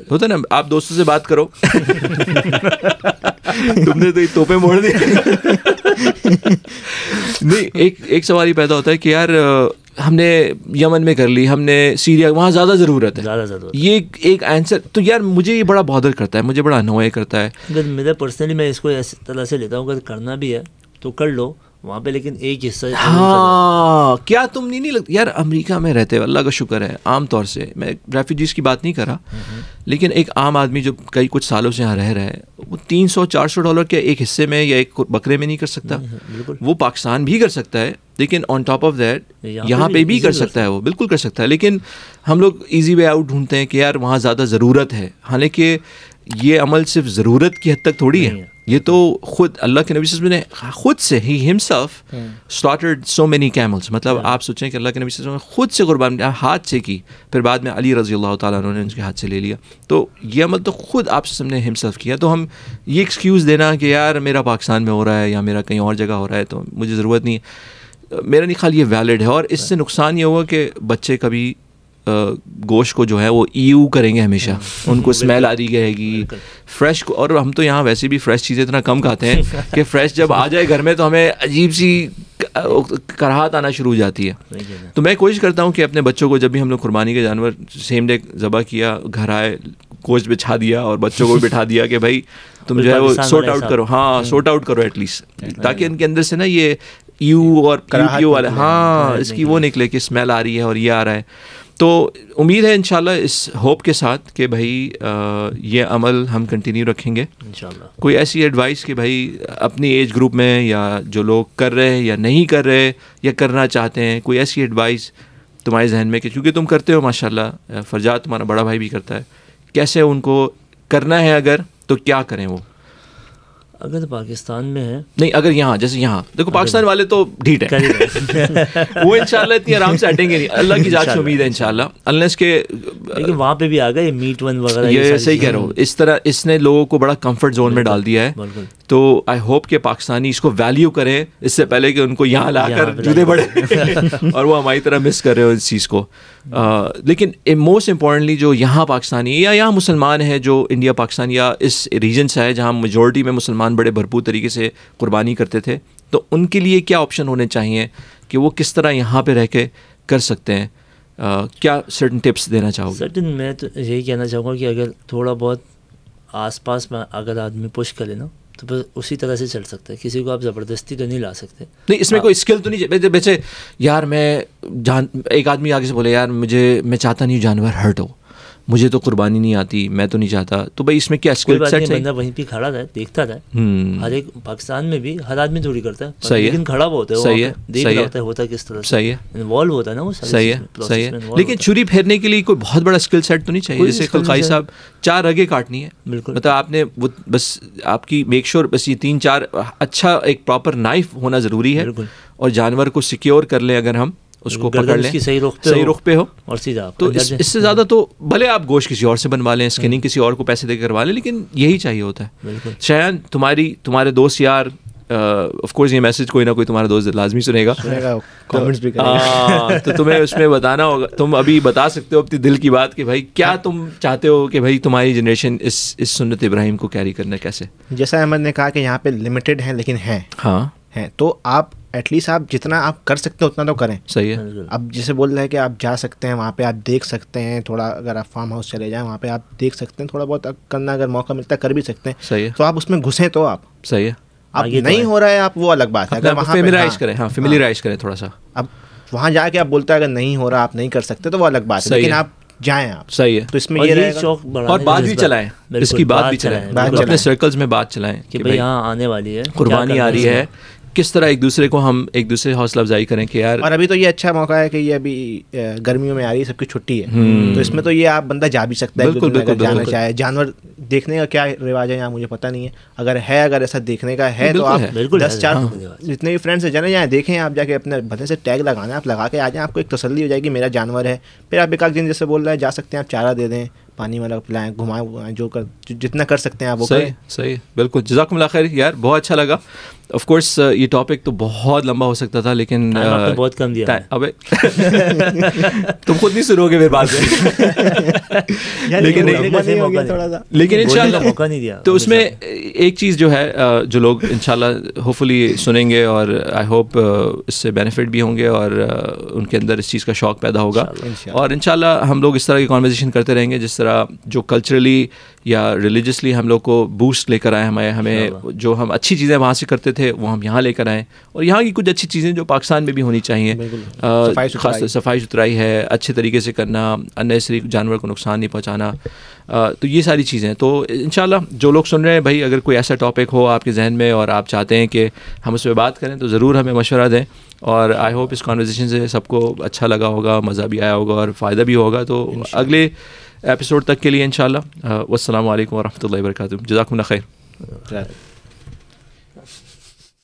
ہوتا ہے نا آپ دوستوں سے بات کرو تم نے تو یہ توپے موڑ دی نہیں ایک ایک سوال یہ پیدا ہوتا ہے کہ یار ہم نے یمن میں کر لی ہم نے سیریا وہاں زیادہ ضرورت ہے
زیادہ زیادہ
یہ ایک آنسر تو یار مجھے یہ بڑا بادر کرتا ہے مجھے بڑا انوائے کرتا ہے
اگر میرا پرسنلی میں اس کو اس طرح سے لیتا ہوں اگر کرنا بھی ہے تو کر لو وہاں پہ لیکن ایک حصہ
ہاں کیا تم نہیں نہیں لگتی یار امریکہ میں رہتے ہوئے اللہ کا شکر ہے عام طور سے میں ریفیوجیز کی بات نہیں کر رہا لیکن ایک عام آدمی جو کئی کچھ سالوں سے یہاں رہ رہا ہے وہ تین سو چار سو ڈالر کے ایک حصے میں یا ایک بکرے میں نہیں کر سکتا
بالکل
وہ پاکستان بھی کر سکتا ہے لیکن آن ٹاپ آف دیٹ یہاں پہ بھی کر سکتا ہے وہ بالکل کر سکتا ہے لیکن ہم لوگ ایزی وے آؤٹ ڈھونڈتے ہیں کہ یار وہاں زیادہ ضرورت ہے حالانکہ یہ عمل صرف ضرورت کی حد تک تھوڑی ہے یہ تو خود اللہ کے نبی وسلم نے خود سے ہی himself started so many camels مطلب آپ سوچیں کہ اللہ کے نبی وسلم نے خود سے قربانی ہاتھ سے کی پھر بعد میں علی رضی اللہ تعالیٰ عنہ نے ان کے ہاتھ سے لے لیا تو یہ عمل تو خود آپ وسلم نے ہمسلف کیا تو ہم یہ ایکسکیوز دینا کہ یار میرا پاکستان میں ہو رہا ہے یا میرا کہیں اور جگہ ہو رہا ہے تو مجھے ضرورت نہیں ہے میرا نہیں خیال یہ ویلڈ ہے اور اس سے نقصان یہ ہوا کہ بچے کبھی گوشت کو جو ہے وہ ایو کریں گے ہمیشہ ان کو اسمیل آ رہی رہے گی فریش اور ہم تو یہاں ویسے بھی فریش چیزیں اتنا کم کھاتے ہیں کہ فریش جب آ جائے گھر میں تو ہمیں عجیب سی کراہت آنا شروع ہو جاتی ہے تو میں کوشش کرتا ہوں کہ اپنے بچوں کو جب بھی ہم لوگ قربانی کے جانور سیم ڈے ذبح کیا گھر آئے کوچ بچھا دیا اور بچوں کو بھی بٹھا دیا کہ بھائی تم جو ہے وہ سارٹ آؤٹ کرو ہاں سارٹ آؤٹ کرو ایٹ لیسٹ تاکہ ان کے اندر سے نا یہ یو اور یو والا ہاں اس کی وہ نکلے کہ اسمیل آ رہی ہے اور یہ آ رہا ہے تو امید ہے انشاءاللہ اس ہوپ کے ساتھ کہ بھائی یہ عمل ہم کنٹینیو رکھیں گے
ان شاء اللہ
کوئی ایسی ایڈوائس کہ بھائی اپنی ایج گروپ میں یا جو لوگ کر رہے ہیں یا نہیں کر رہے یا کرنا چاہتے ہیں کوئی ایسی ایڈوائس تمہارے ذہن میں کہ کیونکہ تم کرتے ہو ماشاء اللہ فرجات تمہارا بڑا بھائی بھی کرتا ہے کیسے ان کو کرنا ہے اگر تو کیا کریں وہ
اگر پاکستان میں ہے
نہیں اگر یہاں جیسے یہاں دیکھو پاکستان والے تو ڈھیٹ ہیں وہ انشاءاللہ اتنی آرام سے ہٹیں گے نہیں اللہ کی جات سے امید ہے انشاءاللہ اللہ کے
لیکن وہاں پہ بھی آ گئے میٹ ون وغیرہ
یہ صحیح کہہ رہا ہوں اس طرح اس نے لوگوں کو بڑا کمفرٹ زون میں ڈال دیا ہے
بالکل
تو آئی ہوپ کہ پاکستانی اس کو ویلیو کریں اس سے پہلے کہ ان کو یہاں لا کر جدے بڑھے اور وہ ہماری طرح مس کر رہے ہو اس چیز کو لیکن موسٹ امپورٹنٹلی جو یہاں پاکستانی یا یہاں مسلمان ہے جو انڈیا پاکستان یا اس ریجن سے ہے جہاں میجورٹی میں مسلمان بڑے بھرپور طریقے سے قربانی کرتے تھے تو ان کے لیے کیا آپشن ہونے چاہیے کہ وہ کس طرح یہاں پہ رہ کے کر سکتے ہیں کیا سرٹن ٹپس دینا چاہو گے
سرٹن میں تو یہی کہنا چاہوں گا کہ اگر تھوڑا بہت آس پاس میں اگر آدمی پش کرے نا تو بس اسی طرح سے چل سکتا ہے کسی کو آپ زبردستی تو نہیں لا سکتے
نہیں اس میں
ہاں۔
کوئی اسکل تو نہیں ویسے یار میں جان ایک آدمی آگے سے بولے یار مجھے میں چاہتا نہیں ہوں جانور ہرٹ ہو مجھے تو قربانی نہیں آتی میں تو نہیں چاہتا تو بھائی اس میں کیا
کوئی
اسکل
بات نہیں
سیٹ
بندہ وہیں پہ کھڑا رہا دیکھتا رہا
ہوں
ہر ایک پاکستان میں بھی ہر آدمی تھوڑی کرتا ہے
Hmm. صحیح ہے
لیکن کھڑا وہ ہوتا ہے
صحیح ہے
دیکھ
صحیح
رہا
ہے
ہوتا ہے ہوتا کس طرح
صحیح ہے
انوالو ہوتا ہے نا وہ
صحیح ہے صحیح ہے لیکن چھری پھیرنے کے لیے کوئی بہت بڑا اسکل سیٹ تو نہیں چاہیے جیسے خلقائی صاحب چار رگیں کاٹنی ہے
بالکل
مطلب آپ نے وہ بس آپ کی میک شیور بس یہ تین چار اچھا ایک پراپر نائف ہونا ضروری ہے
بالکل
اور جانور کو سیکیور کر لیں اگر ہم اس کو پکڑ لیں
صحیح رخ
صحیح رخ پہ ہو
اور سیدھا آپ
تو اس اس سے زیادہ تو بھلے آپ گوشت کسی اور سے بنوا لیں اسکننگ کسی اور کو پیسے دے کے کروا لیں لیکن یہی چاہیے ہوتا ہے
بالکل
شایان تمہاری تمہارے دوست یار آف کورس یہ میسج کوئی نہ کوئی تمہارا دوست لازمی سنے گا
کامنٹس بھی کریں
ہاں تو تمہیں اس میں بتانا ہوگا تم ابھی بتا سکتے ہو اپنی دل کی بات کہ بھائی کیا تم چاہتے ہو کہ بھائی تمہاری جنریشن اس اس سنت ابراہیم کو کیری کرنا کیسے
جیسا احمد نے کہا کہ یہاں پہ لمیٹڈ ہیں لیکن ہیں
ہاں
ہیں تو آپ ایٹ لیسٹ آپ جتنا آپ کر سکتے ہیں اتنا تو کریں
صحیح ہے
بالکل
اب جیسے بول رہا ہے کہ آپ جا سکتے ہیں وہاں پہ آپ دیکھ سکتے ہیں تھوڑا اگر آپ فارم ہاؤس چلے جائیں وہاں پہ آپ دیکھ سکتے ہیں تھوڑا بہت کرنا اگر موقع ملتا ہے کر بھی سکتے ہیں
صحیح ہے
تو آپ اس میں گھسیں تو آپ
صحیح ہے
اب نہیں ہو رہا ہے آپ وہ الگ بات ہے اگر وہاں
فیملیرائز کریں ہاں فیملیرائز کریں تھوڑا سا
اب وہاں جا کے آپ بولتا ہے اگر نہیں ہو رہا آپ نہیں کر سکتے تو وہ الگ بات ہے لیکن آپ جائیں آپ
صحیح ہے
تو اس میں
اور
یہ
یہ
رہے گا
شوق بڑھانے
اور
کا
بات بھی
جذبہ-
چلائیں اس
بالکل،
کی بات بھی چلائیں
بات
بالکل۔
اپنے سرکلز میں بات چلائیں
کہ بھائی یہاں آنے والی ہے کیا
قربانی
کرنا
آ رہی
ہے
ہے کس طرح ایک دوسرے کو ہم ایک دوسرے سے حوصلہ افزائی کریں کہ یار
اور ابھی تو یہ اچھا موقع ہے کہ یہ ابھی گرمیوں میں آ رہی ہے سب کی چھٹی ہے تو اس میں تو یہ آپ بندہ جا بھی سکتا ہے جانا چاہے جانور دیکھنے کا کیا رواج ہے یہاں مجھے پتہ نہیں ہے اگر ہے اگر ایسا دیکھنے کا ہے تو آپ دس چار جتنے بھی فرینڈس ہیں جانا جائیں دیکھیں آپ جا کے اپنے بھلے سے ٹیگ لگانا ہے آپ لگا کے آ جائیں آپ کو ایک تسلی ہو جائے گی میرا جانور ہے پھر آپ ایک آدھ دن جیسے بول رہا ہے جا سکتے ہیں آپ چارہ دے دیں پانی والا پلائیں گھمائیں جو کر جتنا کر سکتے ہیں آپ وہ
صحیح صحیح بالکل جزاکم اللہ خیر یار بہت اچھا لگا آف کورس یہ ٹاپک تو بہت لمبا ہو سکتا تھا لیکن
Time آپ نے بہت کم دیا
ابے تم خود نہیں سنو گے میرے بات میں لیکن لیکن ان شاء
بولنے کا
اللہ
موقع نہیں دیا
تو اس میں ایک چیز جو ہے جو لوگ ان شاء اللہ ہوپ فلی سنیں گے اور آئی ہوپ اس سے بینیفٹ بھی ہوں گے اور ان کے اندر اس چیز کا شوق پیدا ہوگا اور ان شاء اللہ ہم لوگ اس طرح کی کانورزیشن کرتے رہیں گے جس طرح جو کلچرلی یا ریلیجسلی ہم لوگ کو بوسٹ لے کر آئے ہمیں ہمیں جو ہم اچھی چیزیں وہاں سے کرتے تھے وہ ہم یہاں لے کر آئیں اور یہاں کی کچھ اچھی چیزیں جو پاکستان میں بھی ہونی چاہیے خاص طور صفائی ستھرائی ہے اچھے طریقے سے کرنا انیسری جانور کو نقصان نہیں پہنچانا تو یہ ساری چیزیں تو انشاءاللہ جو لوگ سن رہے ہیں بھائی اگر کوئی ایسا ٹاپک ہو آپ کے ذہن میں اور آپ چاہتے ہیں کہ ہم اس پہ بات کریں تو ضرور ہمیں مشورہ دیں اور آئی ہوپ اس کانورزیشن سے سب کو اچھا لگا ہوگا مزہ بھی آیا ہوگا اور فائدہ بھی ہوگا تو اگلے ایپیسوڈ تک کے لیے انشاءاللہ والسلام علیکم ورحمۃ اللہ وبرکاتہ جزاکم اللہ خیر
کریں